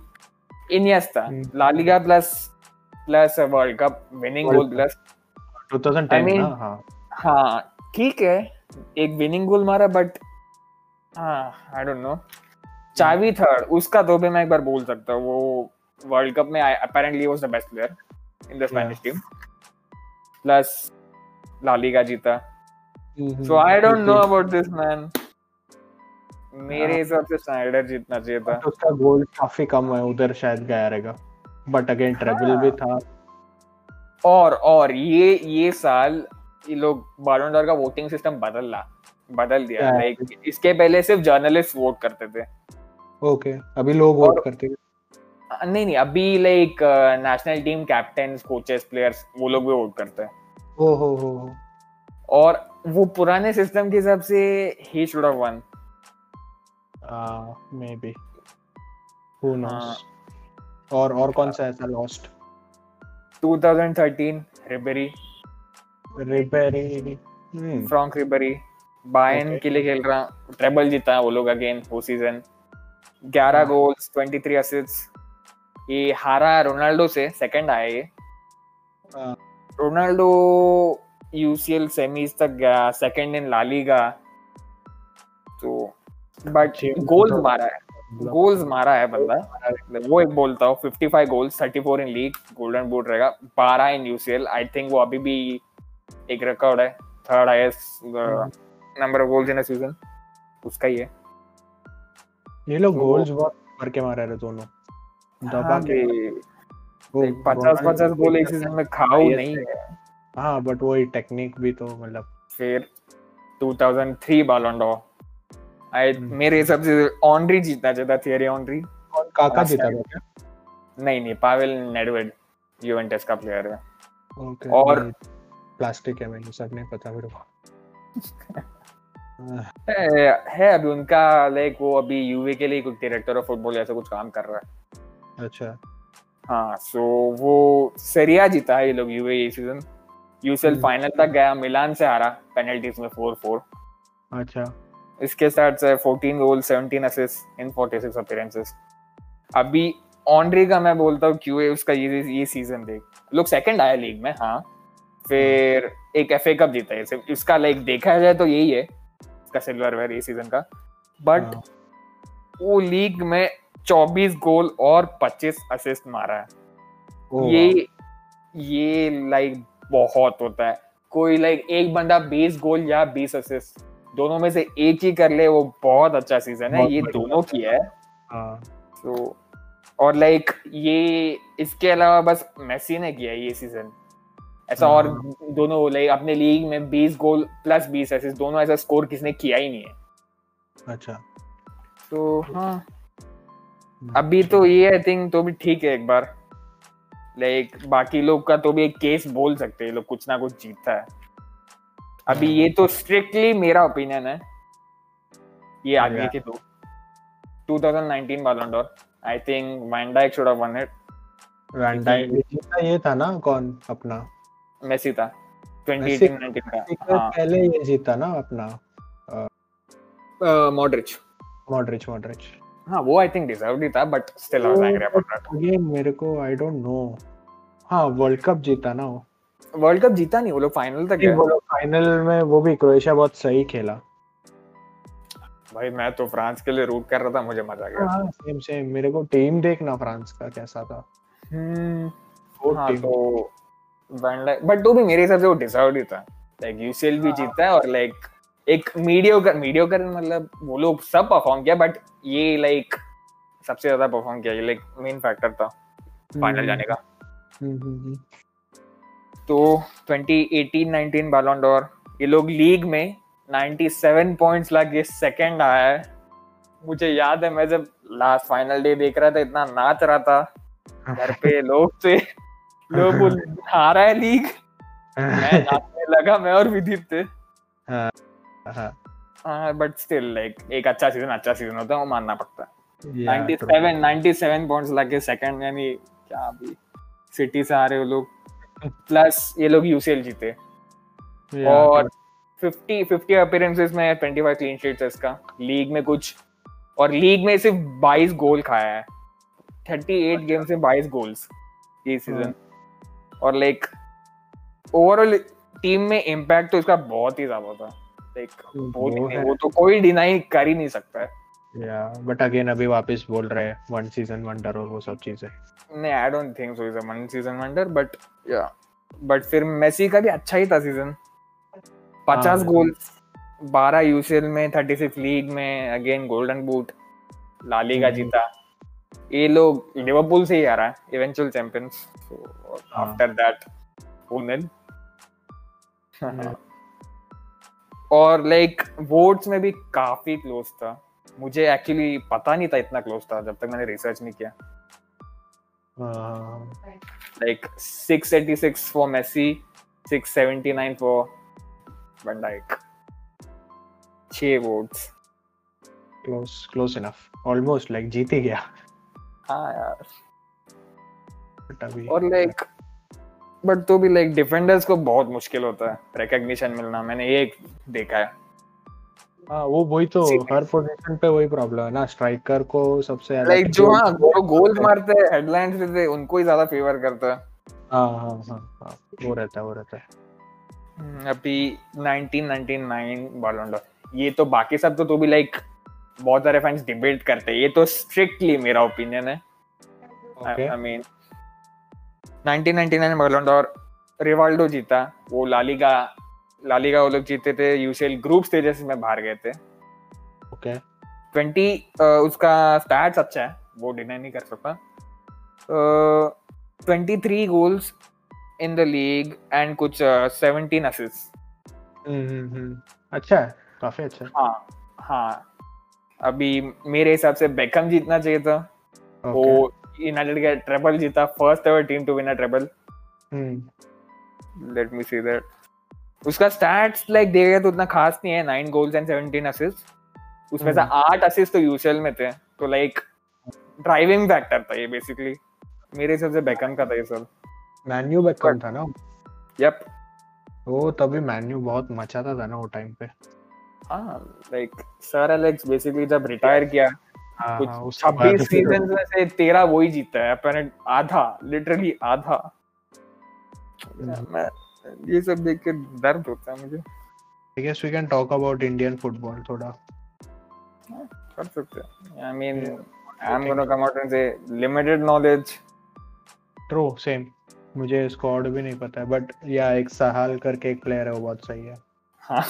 B: इनियस्ता
A: हम्म।
B: La Liga plus plus world cup winning
A: World
B: goal
A: Cup।
B: Plus
A: 2010
B: I mean-
A: ना हाँ
B: हाँ ठीक है एक विनिंग गोल मारा बट हाँ आई डोंट नो चावी
A: हाँ।
B: थर्ड उसका तो भी मैं एक बार बोल सकता हूँ वो वर्ल्ड कप में apparently was the best player in the Spanish team plus La Liga जीता
A: hmm,
B: so I
A: Mm-hmm।
B: Don't know about this man मेरे
A: हाँ।
B: हिसाब से स्नाइडर जीतना चाहिए था
A: बट उसका गोल काफी कम है उधर शायद गया रहेगा बट अगेन ट्रेबल भी था
B: और और ये ये साल ये लोग बालोंडोर का वोटिंग सिस्टम बदल ला बदल दिया
A: Yeah.
B: लाइक इसके पहले सिर्फ जर्नलिस्ट वोट करते थे
A: ओके अभी लोग
B: और-
A: वोट करते हैं
B: नहीं नहीं अभी uh, like national team captain coaches players वो लोग भी वोट करते हैं
A: ओ हो हो हो
B: और वो पुराने सिस्टम के हिसाब से ही should have won
A: maybe who
B: हाँ।
A: नोस और और कौन सा ऐसा lost
B: 2013 Ribery
A: Ribery hmm
B: Franck Ribery Bayern
A: Okay.
B: के लिए खेल रहा ट्रेबल जीता वो लोग अगेन वो सीजन 11
A: Hmm.
B: गोल्स 23 असिस्ट्स ये हारा रोनाल्डो से सेकंड आया ये
A: हाँ।
B: रोनाल्डो यूसीएल सेमीज तक गया सेकंड इन लालीगा तो बट
A: अच्छी-
B: गोल्स मारा है
A: मतलब
B: गोल्स मारा है बंदा वो एक बोलता हूँ 55 goals 34 in league golden boot रहेगा 12 इन यूसीएल आई थिंक वो अभी भी एक रिकॉर्ड है uh, third highest
A: hmm.
B: Number of goals in a season उसका ही है
A: हाँ, ये लोग
B: वो-
A: गोल्स बहुत मार के मारे रहे दोनों दबा के वो
B: हाँ, पचास
A: Ronaldo
B: पचास गोल एक
A: के-
B: सीजन में खाओ
A: highest
B: नहीं है
A: हाँ बट वही टेक्निक भी तो मतलब
B: फिर 2003 बालोंडो आई
A: Hmm.
B: मेरे हिसाब से ऑनरी जीतना चाहिए था थियरी ऑनरी
A: और काका
B: हाँ,
A: जीता
B: शायद।
A: था क्या
B: नहीं नहीं पावेल नेडवेड यूवेंटस का प्लेयर है
A: ओके
B: और-
A: प्लास्टिक है मैंने सब नहीं पता मेरे को आह,
B: है है अभी उनका लाइक वो अभी यूवे के लिए कुछ डायरेक्टर ऑफ फुटबॉल ऐसा कुछ काम कर रहा है
A: अच्छा
B: हाँ सो वो सेरिया जीता है ये लोग यूवे ये सीजन यूसीएल
A: हम्म।
B: फाइनल तक गया मिलान से हारा पेनल्टीज में 4-4
A: अच्छा
B: इसके साथ से 14 गोल 17 असिस्ट इन 46 अपीयरेंसेस अभी ऑनरी का मैं बोलता हूँ क्यूए उसका ये ये सीजन देख लोग सेकंड आया लीग में हाँ फिर एक एफए कप जीता है सिर्फ इसका लाइक देखा जाए तो यही है इसका सिल्वरवेयर ये सीजन का बट
A: हाँ,
B: वो लीग में 24 गोल और 25 असिस्ट मारा है
A: ओ
B: ये ये लाइक बहुत होता है कोई लाइक एक बंदा 20 गोल या 20 असिस्ट दोनों में से एक ही कर ले वो बहुत अच्छा सीजन है
A: बहुत
B: ये
A: बढ़िया
B: दोनों किया है
A: वाह, हाँ,
B: तो और लाइक ये इसके अलावा बस मेसी ने किया है ये सीजन ऐसा
A: हाँ।
B: और दोनों लाइक अपने लीग में 20 गोल प्लस 20 असिस्ट दोनों ऐसा स्कोर किसने किया ही नहीं है
A: अच्छा
B: तो हाँ
A: हम्म,
B: अभी तो ये आई थिंक तो भी ठीक है एक बार लाइक बाकी लोग का तो भी एक केस बोल सकते हैं ये लोग कुछ ना कुछ जीतता है अभी ये तो स्ट्रिक्टली मेरा ओपिनियन है ये आगे
A: Yeah.
B: के दो 2019 Ballon d'Or I think Van Dijk should have won it
A: Van Dijk जीता ये था ना कौन अपना
B: मेसी था
A: Messi
B: 2018 19
A: एक
B: का
A: बार पहले ये जीता ना अपना
B: हां मॉड्रिच
A: मॉडरिच मॉडरिच
B: हां हाँ, वो आई थिंक डिजर्वड ही था but still I was angry about that
A: तो ये मेरे को आई डोंट नो हाँ वर्ल्ड कप जीता ना वो
B: वर्ल्ड कप जीता नहीं वो लोग फाइनल तक गए
A: फाइनल में वो भी क्रोएशिया बहुत सही खेला
B: भाई मैं तो हाँ। फ्रांस के लिए रूट कर रहा था मुझे मजा आ गया
A: सेम सेम मेरे को टीम देखना फ्रांस का कैसा था
B: हम्म
A: Four
B: हाँ
A: teams.
B: तो वैन बट तो भी मेरे हिसाब से वो डिजर्व ही था लाइक यूसीएल भी
A: हाँ।
B: जीता है और लाइक एक मीडियोकर मीडियोकर मतलब वो लोग सब परफॉर्म किया बट ये लाइक सबसे ज्यादा परफॉर्म किया ये लाइक मेन फैक्टर था फाइनल
A: हम्म,
B: तो जाने का
A: हम्म, हम्म, हम्म।
B: तो 2018 19 बैलोन डोर ये लोग लीग में 97 पॉइंट्स ला के सेकंड आया है मुझे याद है मैं जब लास्ट फाइनल डे देख रहा था इतना नाच रहा था घर पे लोग थे लोग बोल हारा है लीग मैं नाचने लगा मैं और विदीप थे
A: हाँ,
B: बट स्टिल लाइक एक अच्छा सीजन अच्छा सीजन होता है वो मानना पड़ता है
A: yeah, true.
B: 97 97 पॉइंट्स लगे सेकंड यानी क्या अभी सिटी से आ रहे हो लोग प्लस ये लोग यूसीएल जीते
A: Yeah,
B: और
A: true.
B: 50 50 अपीयरेंसेस में 25 क्लीन शीट्स है इसका लीग में कुछ और लीग में सिर्फ 22 गोल खाया है
A: अच्छा।
B: 38 गेम्स में 22 गोल्स ये सीजन
A: हाँ।
B: और लाइक ओवरऑल टीम में इम्पैक्ट तो इसका बहुत ही ज्यादा था लाइक वो
A: वो है।
B: वो तो कोई डिनाई कर ही नहीं सकता है
A: Yeah, but again अभी वापस बोल रहे हैं वन सीजन वंडर और वो सब चीजें
B: नहीं I don't think so is a one season wonder but या बट फिर मेसी का भी अच्छा ही था सीजन 50
A: हाँ।
B: गोल्स 12 यूसीएल में 36 लीग में again golden boot La Liga
A: हम्म।
B: जीता ये लोग लिवरपूल से ही आ रहा है इवेंचुअल चैंपियंस
A: हाँ।
B: आफ्टर दैट ओनल और लाइक वोट्स में भी काफी क्लोज था मुझे एक्चुअली पता नहीं था इतना क्लोज था जब तक मैंने रिसर्च नहीं किया
A: Uh,
B: like 686 for Messi, 679 for Van Dijk. छह votes
A: close close enough almost like जीत ही गया
B: हाँ यार
A: but अभी
B: और लाइक बट तो भी लाइक डिफेंडर्स को बहुत मुश्किल होता है रिकग्निशन मिलना मैंने ये एक देखा है
A: हाँ वो वही तो
B: See-
A: हर पोजीशन पे वही प्रॉब्लम है ना स्ट्राइकर को सबसे ज्यादा
B: लाइक जो हाँ जो गोल मारते हैं हेडलाइंस देते हैं उनको ही ज्यादा फेवर करता है
A: हाँ हाँ हाँ हाँ वो रहता है वो रहता है
B: हम्म, अभी 1999 बालोंडो ये तो बाकी सब तो तो भी लाइक बहुत सारे फैंस डिबेट करते हैं ये तो स्ट्रिक्टली मेरा ओपिनियन है
A: ओके
B: आई मीन 1999 बर्लंड और रिवाल्डो जीता वो लालीगा लालीगा वो लोग जीते थे यूसीएल ग्रुप स्टेजेस में बाहर गए थे
A: ओके
B: 20 अ, उसका स्टैट्स अच्छा है वो डिनाई नहीं कर सकता twenty three goals in the league and कुछ सेवनटीन असिस्ट
A: हम्म, अच्छा है काफी अच्छा है
B: हाँ हाँ अभी मेरे हिसाब से बेकम जीतना चाहिए था वो
A: ओके
B: यूनाइटेड का ट्रेबल जीता first ever team to win a treble
A: hmm
B: let me see that उसका स्टैट्स लाइक देखा तो उतना खास नहीं है नाइन गोल्स एंड 17 असिस्ट उसमें से
A: हम्म।
B: आठ असिस्ट तो यूसीएल में थे तो लाइक ड्राइविंग फैक्टर था ये बेसिकली मेरे हिसाब से बेकम का था ये सब
A: मैन्यू बेकम था ना
B: यप
A: वो तभी मैन्यू बहुत मचाता था ना वो टाइम पे
B: हाँ लाइक सर एलेक्स बेसिकली जब रिटायर किया
A: हाँ
B: कुछ
A: हाँ, उसके बाद
B: 26 सीजन में से 13 वही जीता है अपने आधा लिटरली आधा
A: हम्म।
B: मैं ये सब देख के दर्द होता है मुझे
A: I guess we can talk about Indian football थोड़ा
B: कर सकते हैं I mean
A: Yeah.
B: I am gonna come out and से लिमिटेड नॉलेज
A: ट्रू सेम मुझे स्क्वाड भी नहीं पता है बट या एक सहाल करके एक प्लेयर है वो बहुत सही है
B: हाँ,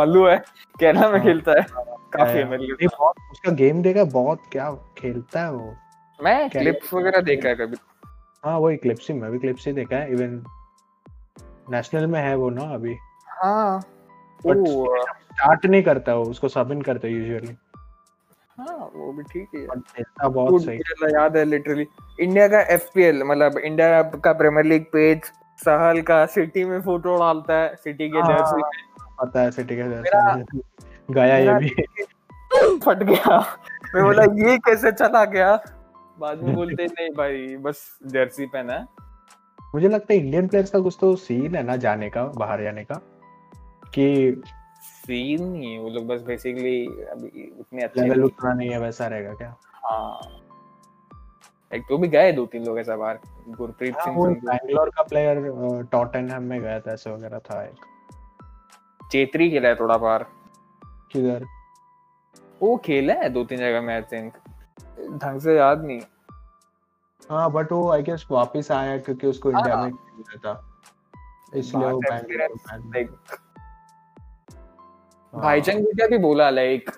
B: मल्लू है केरला में
A: हाँ,
B: खेलता है काफी
A: हाँ,
B: MLU
A: नहीं, बहुत उसका गेम देखा है, बहुत क्या खेलता है वो
B: मैं
A: क्या-
B: क्लिप्स वगैरह देखा है कभी
A: हाँ वो क्लिप्स ही मैं भी क्लिप्स ही देखा है इवन नेशनल में है वो ना अभी
B: हाँ
A: But-
B: वो,
A: स्टार्ट नहीं करता वो उसको सब इन करते यूजुअली
B: हाँ वो भी ठीक है
A: बट खेलता बहुत
B: Dude,
A: सही
B: मुझे ल- याद है लिटरली इंडिया का एफपीएल मतलब इंडिया का प्रीमियर लीग पेज सहल का सिटी में फोटो डालता है सिटी के
A: हाँ,
B: जर्सी
A: पता है सिटी का
B: मेरा-
A: जैसे गया ये
B: मेरा
A: भी
B: फट गया मैं बोला ये कैसे चला गया बाद में बोलते नहीं भाई बस जर्सी पहना है
A: मुझे लगता है इंडियन प्लेयर्स का कुछ तो सीन है ना जाने का बाहर जाने का कि
B: सीन नहीं है, वो लोग बस बेसिकली अभी उतने अच्छे
A: लेवल
B: नहीं
A: उतना नहीं है वैसा रहेगा क्या
B: हाँ एक तो भी गए दो तीन लोग ऐसा बाहर गुरप्रीत
A: हाँ,
B: सिंह
A: वो
B: संधू,
A: बैंगलोर का प्लेयर टॉटनहम में गया था ऐसे वगैरह था एक
B: चेत्री खेला है थोड़ा बाहर
A: किधर
B: वो खेला है दो तीन जगह में आई थिंक ढंग से याद नहीं
A: हाँ बट वो आई गेस वापस आया क्योंकि उसको इंडिया
B: हाँ।
A: में नहीं मिला था इसलिए वो
B: बात है,
A: बैंगलोर
B: experience,
A: में-
B: like,
A: हाँ।
B: भाईचंद भूटिया भी बोला like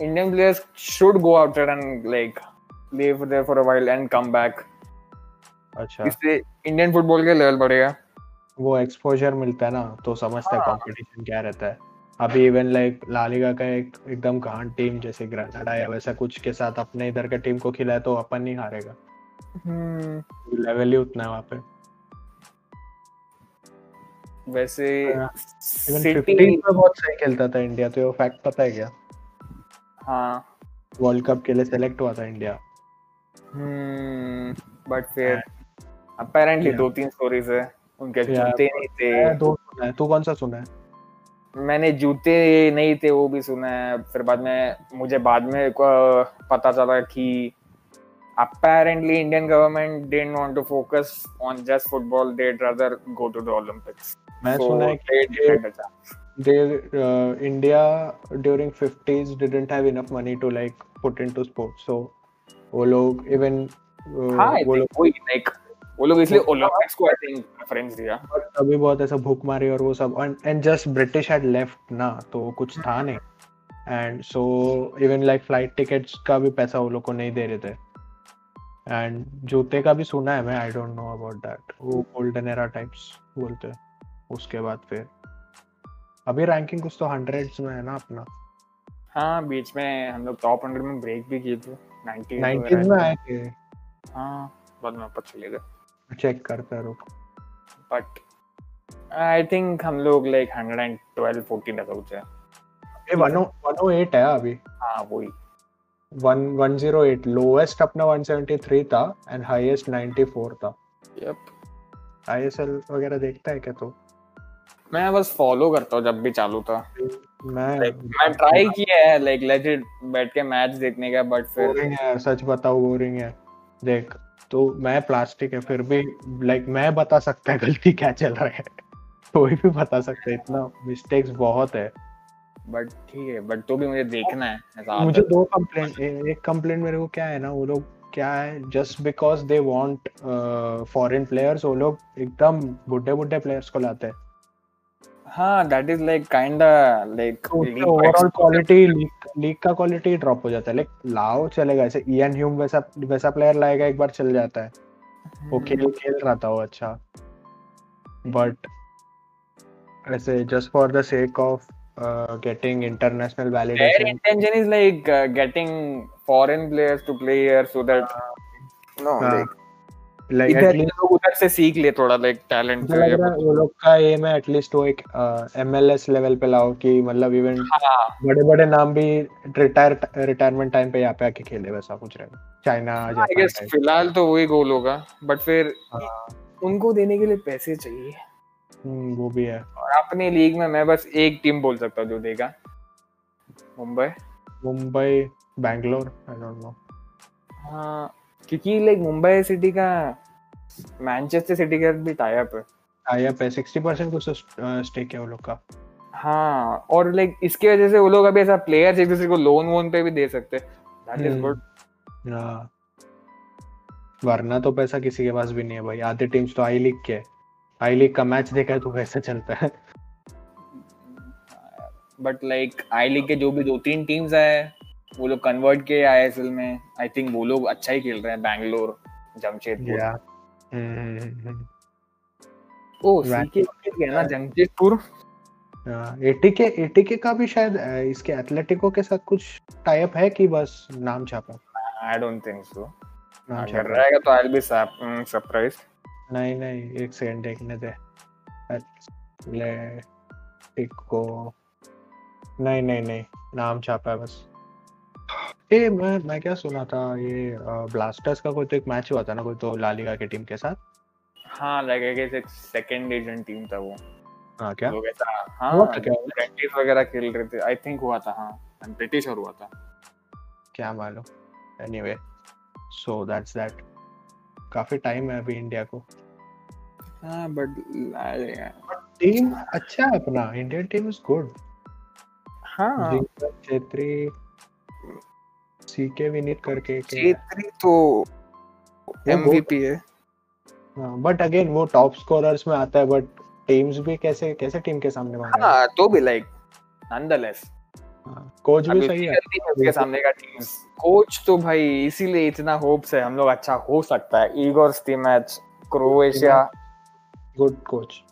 B: Indian players should go out and like live there for a while and come back
A: अच्छा
B: इससे इंडियन फुटबॉल का लेवल बढ़ेगा
A: वो एक्सपोजर मिलता है ना तो समझते हैं
B: हाँ।
A: कंपटीशन क्या रहता है अभी इवन लाइक लालिगा का एक एकदम घाट टीम जैसे ग्रेनाडा या वैसा कुछ के साथ अपने इधर के टीम को खिलाए तो अपन नहीं हारेगा
B: हम्म
A: लेवल ही उतना है वहाँ पे
B: वैसे
A: हाँ, इवन
B: सिटी
A: 15 में बहुत सही खेलता था इंडिया तो ये फैक्ट पता है क्या
B: हाँ
A: वर्ल्ड कप के लिए सेलेक्ट हुआ था इंडिया
B: हम्म बट फिर अपेरेंटली
A: हाँ। Yeah.
B: दो तीन स्टोरीज है उनके
A: Yeah.
B: जूते नहीं
A: मैं
B: थे
A: दो सुना है तू कौन सा सुना है
B: मैंने जूते नहीं थे वो भी सुना है फिर बाद में मुझे बाद में को- पता चला कि apparently indian government didn't want to focus on just football they'd rather go to the olympics
A: मैं
B: so
A: सुना है
B: they
A: कि
B: decided that.
A: they uh, India during 50s didn't have enough money to like put into sports so वो लोग even
B: हाँ I
A: वो
B: think
A: लोग
B: वही like वो लोग इसलिए
A: वो-
B: ओलंपिक्स को आई थिंक प्रेफरेंस दिया
A: अभी बहुत ऐसा भूख मारी और वो सब and just British had left ना तो कुछ था नहीं and so even like flight tickets का भी पैसा वो लोग को नहीं दे रहे थे एंड जूते का भी सुना है मैं I don't know about that वो गोल्डन एरा टाइप्स बोलते हैं उसके बाद फिर अभी रैंकिंग कुछ तो हंड्रेड्स में है ना अपना
B: हाँ बीच में हम लोग टॉप हंड्रेड में ब्रेक भी किए थे 90
A: नाइनटीज में आए थे
B: हाँ बाद में ऊपर चले गए
A: चेक करता रुक
B: बट आई थिंक हम लोग लाइक 112 14 ऐसा कुछ है
A: ये 108 है अभी
B: हाँ वही
A: 1 108 लोएस्ट oh अपना 173 था एंड हाईएस्ट 94 था
B: yep.
A: आईएसएल वगैरह देखता है क्या तो
B: मैं बस फॉलो करता हूँ जब भी चालू था
A: मैं
B: Like, मैं ट्राई किया है लाइक लेजिट बैठ के मैच देखने का बट फिर
A: बोरिंग है सच बताओ बोरिंग है देख तो मैं प्लास्टिक है फिर भी लाइक मैं बता सकता है गलती क्या चल रहा है कोई भी बता सकता है इतना मिस्टेक्स बहुत है
B: बट ठीक है बट तो भी मुझे देखना है ऐसा
A: मुझे
B: आदत-
A: दो कंप्लेंट एक कंप्लेंट मेरे को क्या है ना वो लोग क्या है just because they want foreign players uh, वो लोग एकदम बुढ़े बुढ़े प्लेयर्स को लाते हैं
B: हाँ that is like kind like
A: तो ओवरऑल क्वालिटी लीग का क्वालिटी ड्रॉप हो जाता है लाइक लाओ चलेगा ऐसे इयन ह्यूम वैसा वैसा प्लेयर लाएगा एक बार चल जाता है वो
B: Hmm.
A: खेल खेल रहा था वो अच्छा बट ऐसे just for the sake of uh, getting international
B: their
A: validation
B: intention is like uh, getting foreign players to play here so that
A: हाँ।
B: no like
A: लाइक
B: इधर
A: एटलीस्ट
B: लोग उधर से सीख ले थोड़ा लाइक टैलेंट
A: मुझे लग रहा है वो लोग का एम है एटलीस्ट वो एक एमएलएस लेवल पे लाओ कि मतलब इवन
B: हाँ
A: बड़े बड़े नाम भी रिटायर रिटायरमेंट टाइम पे यहाँ पे आके खेले वैसा कुछ रहेगा China
B: I
A: Japan
B: guess
A: type।
B: फिलहाल तो वही गोल होगा बट फिर
A: हाँ,
B: उनको देने के लिए पैसे चाहिए
A: हम्म, वो भी है
B: और अपने लीग में मैं बस एक टीम बोल सकता हूँ जो देगा Mumbai
A: Mumbai Bangalore I don't know
B: हाँ क्योंकि लाइक मुंबई सिटी का मैनचेस्टर सिटी का भी टाई अप है
A: आई एफ है 60% कुछ स्टेक है वो लोग का
B: हाँ और लाइक इसके वजह से वो लोग अभी ऐसा प्लेयर्स एक दूसरे को लोन वोन पे भी दे सकते हैं दैट इज
A: हम्म।
B: गुड
A: हाँ। वरना तो पैसा किसी के पास भी नहीं है भाई आधी टीम्स तो आई लीग के है आई लीग का मैच देखा है तो कैसा चलता है
B: बट लाइक आई लीग के जो भी दो तीन टीम्स आए वो लोग कन्वर्ट किए आईएसएल में आई थिंक वो लोग अच्छा ही खेल रहे हैं बैंगलोर जमशेदपुर
A: या हम्म हम्म, हम्म, हम्म।
B: Oh
A: Right.
B: सीके गया ना जमशेदपुर
A: एटीके एटीके का भी शायद अ, इसके एथलेटिको के साथ कुछ टाई अप है कि बस नाम छापा
B: आई डोंट थिंक सो
A: नाम
B: अगर
A: छापा
B: रहेगा तो आई विल बी सरप्राइज्ड
A: नहीं नहीं एक सेकंड देखने दे एथलेटिको नहीं नहीं नहीं नाम छापा है बस ए मैं मैं क्या सुना था ये ब्लास्टर्स का कोई तो एक मैच हुआ था ना कोई तो लालिगा की टीम के साथ
B: हाँ लगेगा कि सेकंड डिवीजन टीम था वो
A: हाँ क्या
B: लोग ऐसा
A: हुआ
B: हाँ
A: था क्या?
B: प्रैक्टिस वगैरह खेल रहे थे आई थिंक हुआ था हाँ आई एम प्रीटी श्योर हुआ था
A: क्या मालूम एनीवे सो दैट्स दैट काफी टाइम है अभी इंडिया को
B: हाँ बट
A: टीम अच्छा है अपना इंडियन टीम इज गुड
B: हाँ
A: दिनकर छेत्री सीके विनीत करके एक है।
B: छेत्री तो एमवीपी है
A: अच्छा बट अगेन हाँ, वो टॉप स्कोरर्स में आता है बट टीम्स भी कैसे कैसे टीम के सामने मांगा
B: हाँ तो भी लाइक नंदलेस
A: कोच हाँ। भी
B: हाँ। अभी
A: सही है तो-
B: करती है उसके सामने का टीम कोच तो भाई इसीलिए इतना होप्स है हम लोग अच्छा हो सकता है ईगोर team match Croatia
A: good coach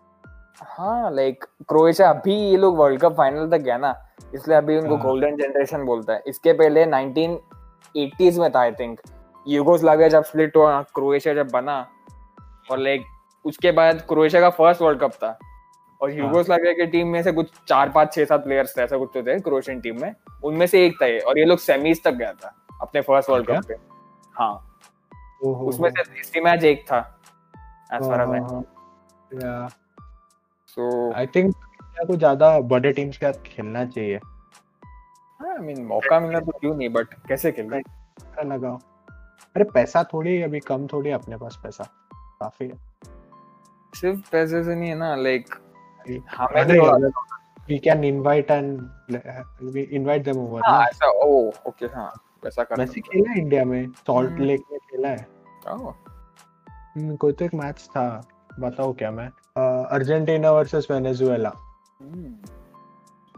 B: हाँ लाइक क्रोएशिया अभी ये लोग वर्ल्ड कप फाइनल तक गया ना इसलिए अभी उनको
A: हाँ।
B: गोल्डन जनरेशन बोलता है इसके पहले 1980s में था आई थिंक यूगोस्लाविया जब स्प्लिट हुआ क्रोएशिया जब बना और लाइक उसके बाद क्रोएशिया का फर्स्ट वर्ल्ड कप था और
A: हाँ।
B: यूगोस्लाविया की टीम में से कुछ चार पांच छह सात प्लेयर्स थे ऐसा कुछ तो थे क्रोएशियन टीम में उनमें से एक था ये और ये लोग सेमीज तक गया था अपने फर्स्ट वर्ल्ड
A: क्या?
B: कप पे हाँ उसमें से इसी मैच एक था
A: हाँ,
B: as far as so
A: I think को ज्यादा बड़े टीम्स के साथ खेलना चाहिए
B: आई मीन मौका मिला तो क्यों नहीं बट कैसे खेल रहे
A: ऐसा लगाओ अरे पैसा थोड़ी अभी कम थोड़ी है अपने पास पैसा काफी है
B: सिर्फ पैसे से नहीं है ना लाइक हमें तो
A: अरे
B: भी और-
A: we can invite and we invite them over
B: हाँ ऐसा ओ ओके हाँ ऐसा कर
A: वैसे खेला है इंडिया में सॉल्ट
B: हम्म।
A: लेक में खेला है हम्म, कोई तो एक मैच था बताओ क्या मैं अर्जेंटीना वर्सेस वेनेजुएला
B: हम्म,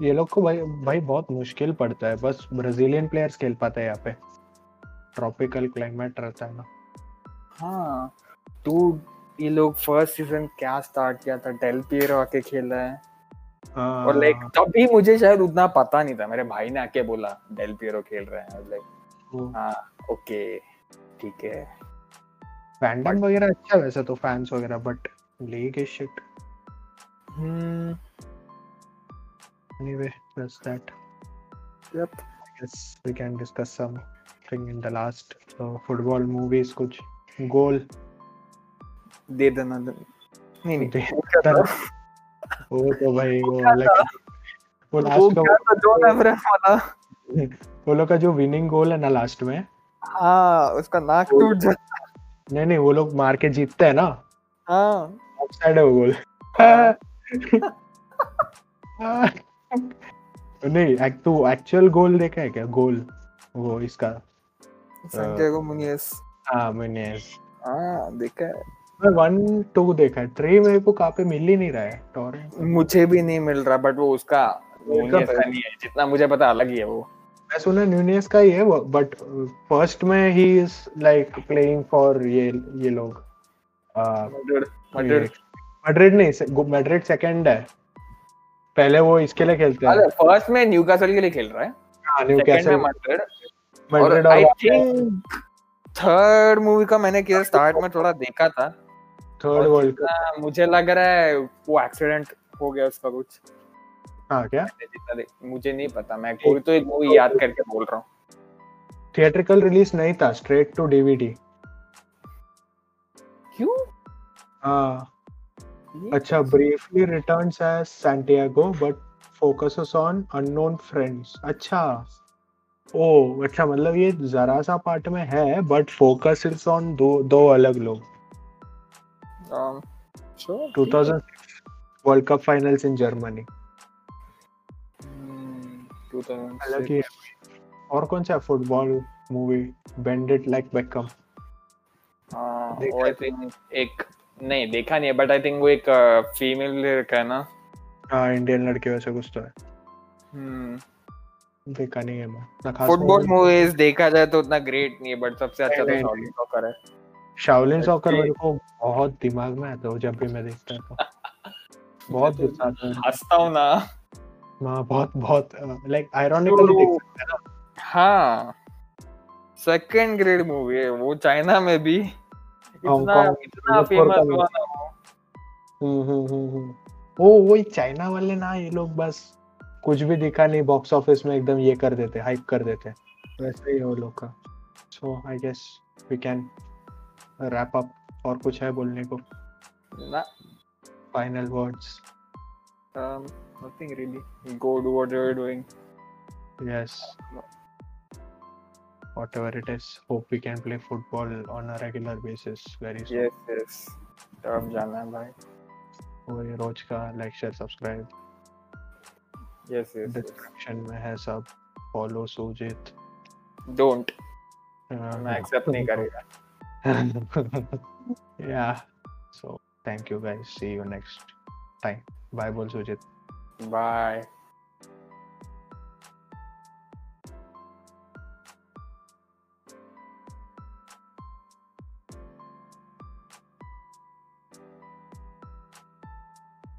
A: ये लोग को भाई भाई बहुत मुश्किल पड़ता है बस ब्राजीलियन प्लेयर्स खेल पाते हैं यहाँ पे ट्रॉपिकल क्लाइमेट रहता है ना
B: हाँ dude, ये लोग फर्स्ट सीजन क्या स्टार्ट किया था डेल पियरो आके खेला है
A: हाँ।
B: और लाइक तभी मुझे शायद उतना पता नहीं था मेरे भाई ने आके बोला डेल पियरो खेल रहे हैं लाइक हाँ ओके ठीक है
A: फैंडम वगैरह अच्छा है वैसे तो फैंस वगैरह but league is shit
B: hmm
A: anyway that's that
B: yep.
A: guess we can discuss something in the last so football movies कुछ गोल
B: दे देना दे- नहीं नहीं
A: वो तो भाई वो अलग वो
B: वो
A: लास्ट का
B: क्या था जॉन एब्राहम वाला
A: वो लोग का जो विनिंग गोल है ना लास्ट में
B: हाँ उसका नाक
A: वो-
B: टूट जा
A: नहीं नहीं वो लोग मार के जीतते हैं ना
B: हाँ
A: ऑफसाइड है वो गोल
B: हाँ।
A: नहीं एक तो एक्चुअल गोल देखा है क्या गोल वो इसका
B: Santiago Muñez
A: हाँ मैंने
B: हाँ देखा है
A: मैं वन टू देखा है ट्री मेरे को कहाँ पे मिल ही नहीं रहा है टोरेंट
B: मुझे भी नहीं मिल रहा बट वो उसका
A: World
B: Muñez
A: Cup है।
B: का नहीं है जितना मुझे पता अलग ही है वो
A: मैं सुना न्यूनेस का ही है बट फर्स्ट में ही इज लाइक प्लेइंग फॉर ये ये लोग Uh,
B: Madrid Madrid
A: मैड्रिड नहीं मैड्रिड सेकंड है पहले वो इसके लिए खेलते हैं
B: अरे फर्स्ट में न्यूकासल के लिए खेल रहा है
A: न्यू
B: सेकंड में Madrid और
A: मैड्रिड
B: आई
A: और
B: थिंक थर्ड मूवी का मैंने किया स्टार्ट में थोड़ा देखा था
A: थर्ड वर्ल्ड कप
B: आ, मुझे लग रहा है वो एक्सीडेंट हो गया उसका कुछ
A: हाँ क्या
B: मैंने जितना देख- मुझे नहीं पता मैं कोई तो एक मूवी याद करके बोल रहा हूँ
A: थिएट्रिकल रिलीज नहीं था स्ट्रेट टू डीवीडी
B: क्यों
A: हाँ
B: ये-
A: अच्छा briefly returns as Santiago but focuses on unknown friends अच्छा ओ अच्छा मतलब ये जरा सा पार्ट में है बट फोकस इज ऑन दो दो अलग लोग
B: Um, sure, ठीक है।
A: 2006 world cup finals in Germany
B: Hmm, 2006.
A: अलग ही है और कौन सा football movie bended like Beckham
B: हाँ,
A: देखा
B: वो आई थिंक एक नहीं देखा नहीं है बट आई थिंक वो एक फीमेल का है ना
A: हाँ इंडियन लड़के वैसे कुछ तो है
B: हम्म।
A: देखा नहीं है मैं ना खास
B: फुटबॉल
A: movie।
B: मूवीज देखा जाए तो उतना ग्रेट नहीं है बट सबसे अच्छा
A: नहीं,
B: तो
A: नहीं,
B: सॉलिड सॉकर है
A: शाओलिन
B: अच्छी-
A: सॉकर मेरे को बहुत दिमाग में आता है जब भी मैं देखता हूँ तो। बहुत
B: तो
A: गुस्सा आता है
B: हंसता हूँ ना
A: हाँ बहुत बहुत लाइक आयरोनिकली देख
B: तो-
A: सकते हैं ना
B: हाँ सेकंड ग्रेड मूवी है वो चाइना में भी इतना
A: हांगकांग,
B: इतना
A: सिंगापुर का
B: फेमस
A: भी।
B: हुआ ना वो।
A: हम्म हम्म हम्म हम्म। वो वही चाइना वाले ना ये लोग बस कुछ भी दिखा नहीं बॉक्स ऑफिस में एकदम ये कर देते हाइप कर देते वैसे ही है वो लोग का so I guess we can wrap up और कुछ है बोलने को
B: ना
A: final words
B: nothing really go do what you are doing
A: yes whatever it is hope we can play football on a regular basis very soon
B: yes yes अब जाना है भाई
A: और ये रोज का like share subscribe
B: yes yes
A: description में है सब फॉलो सुजीत हाँ,
B: डोंट मैं एक्सेप्ट नहीं करेगा
A: yeah. So thank you guys. See you next time. Bye, Bol Sujit.
B: Bye.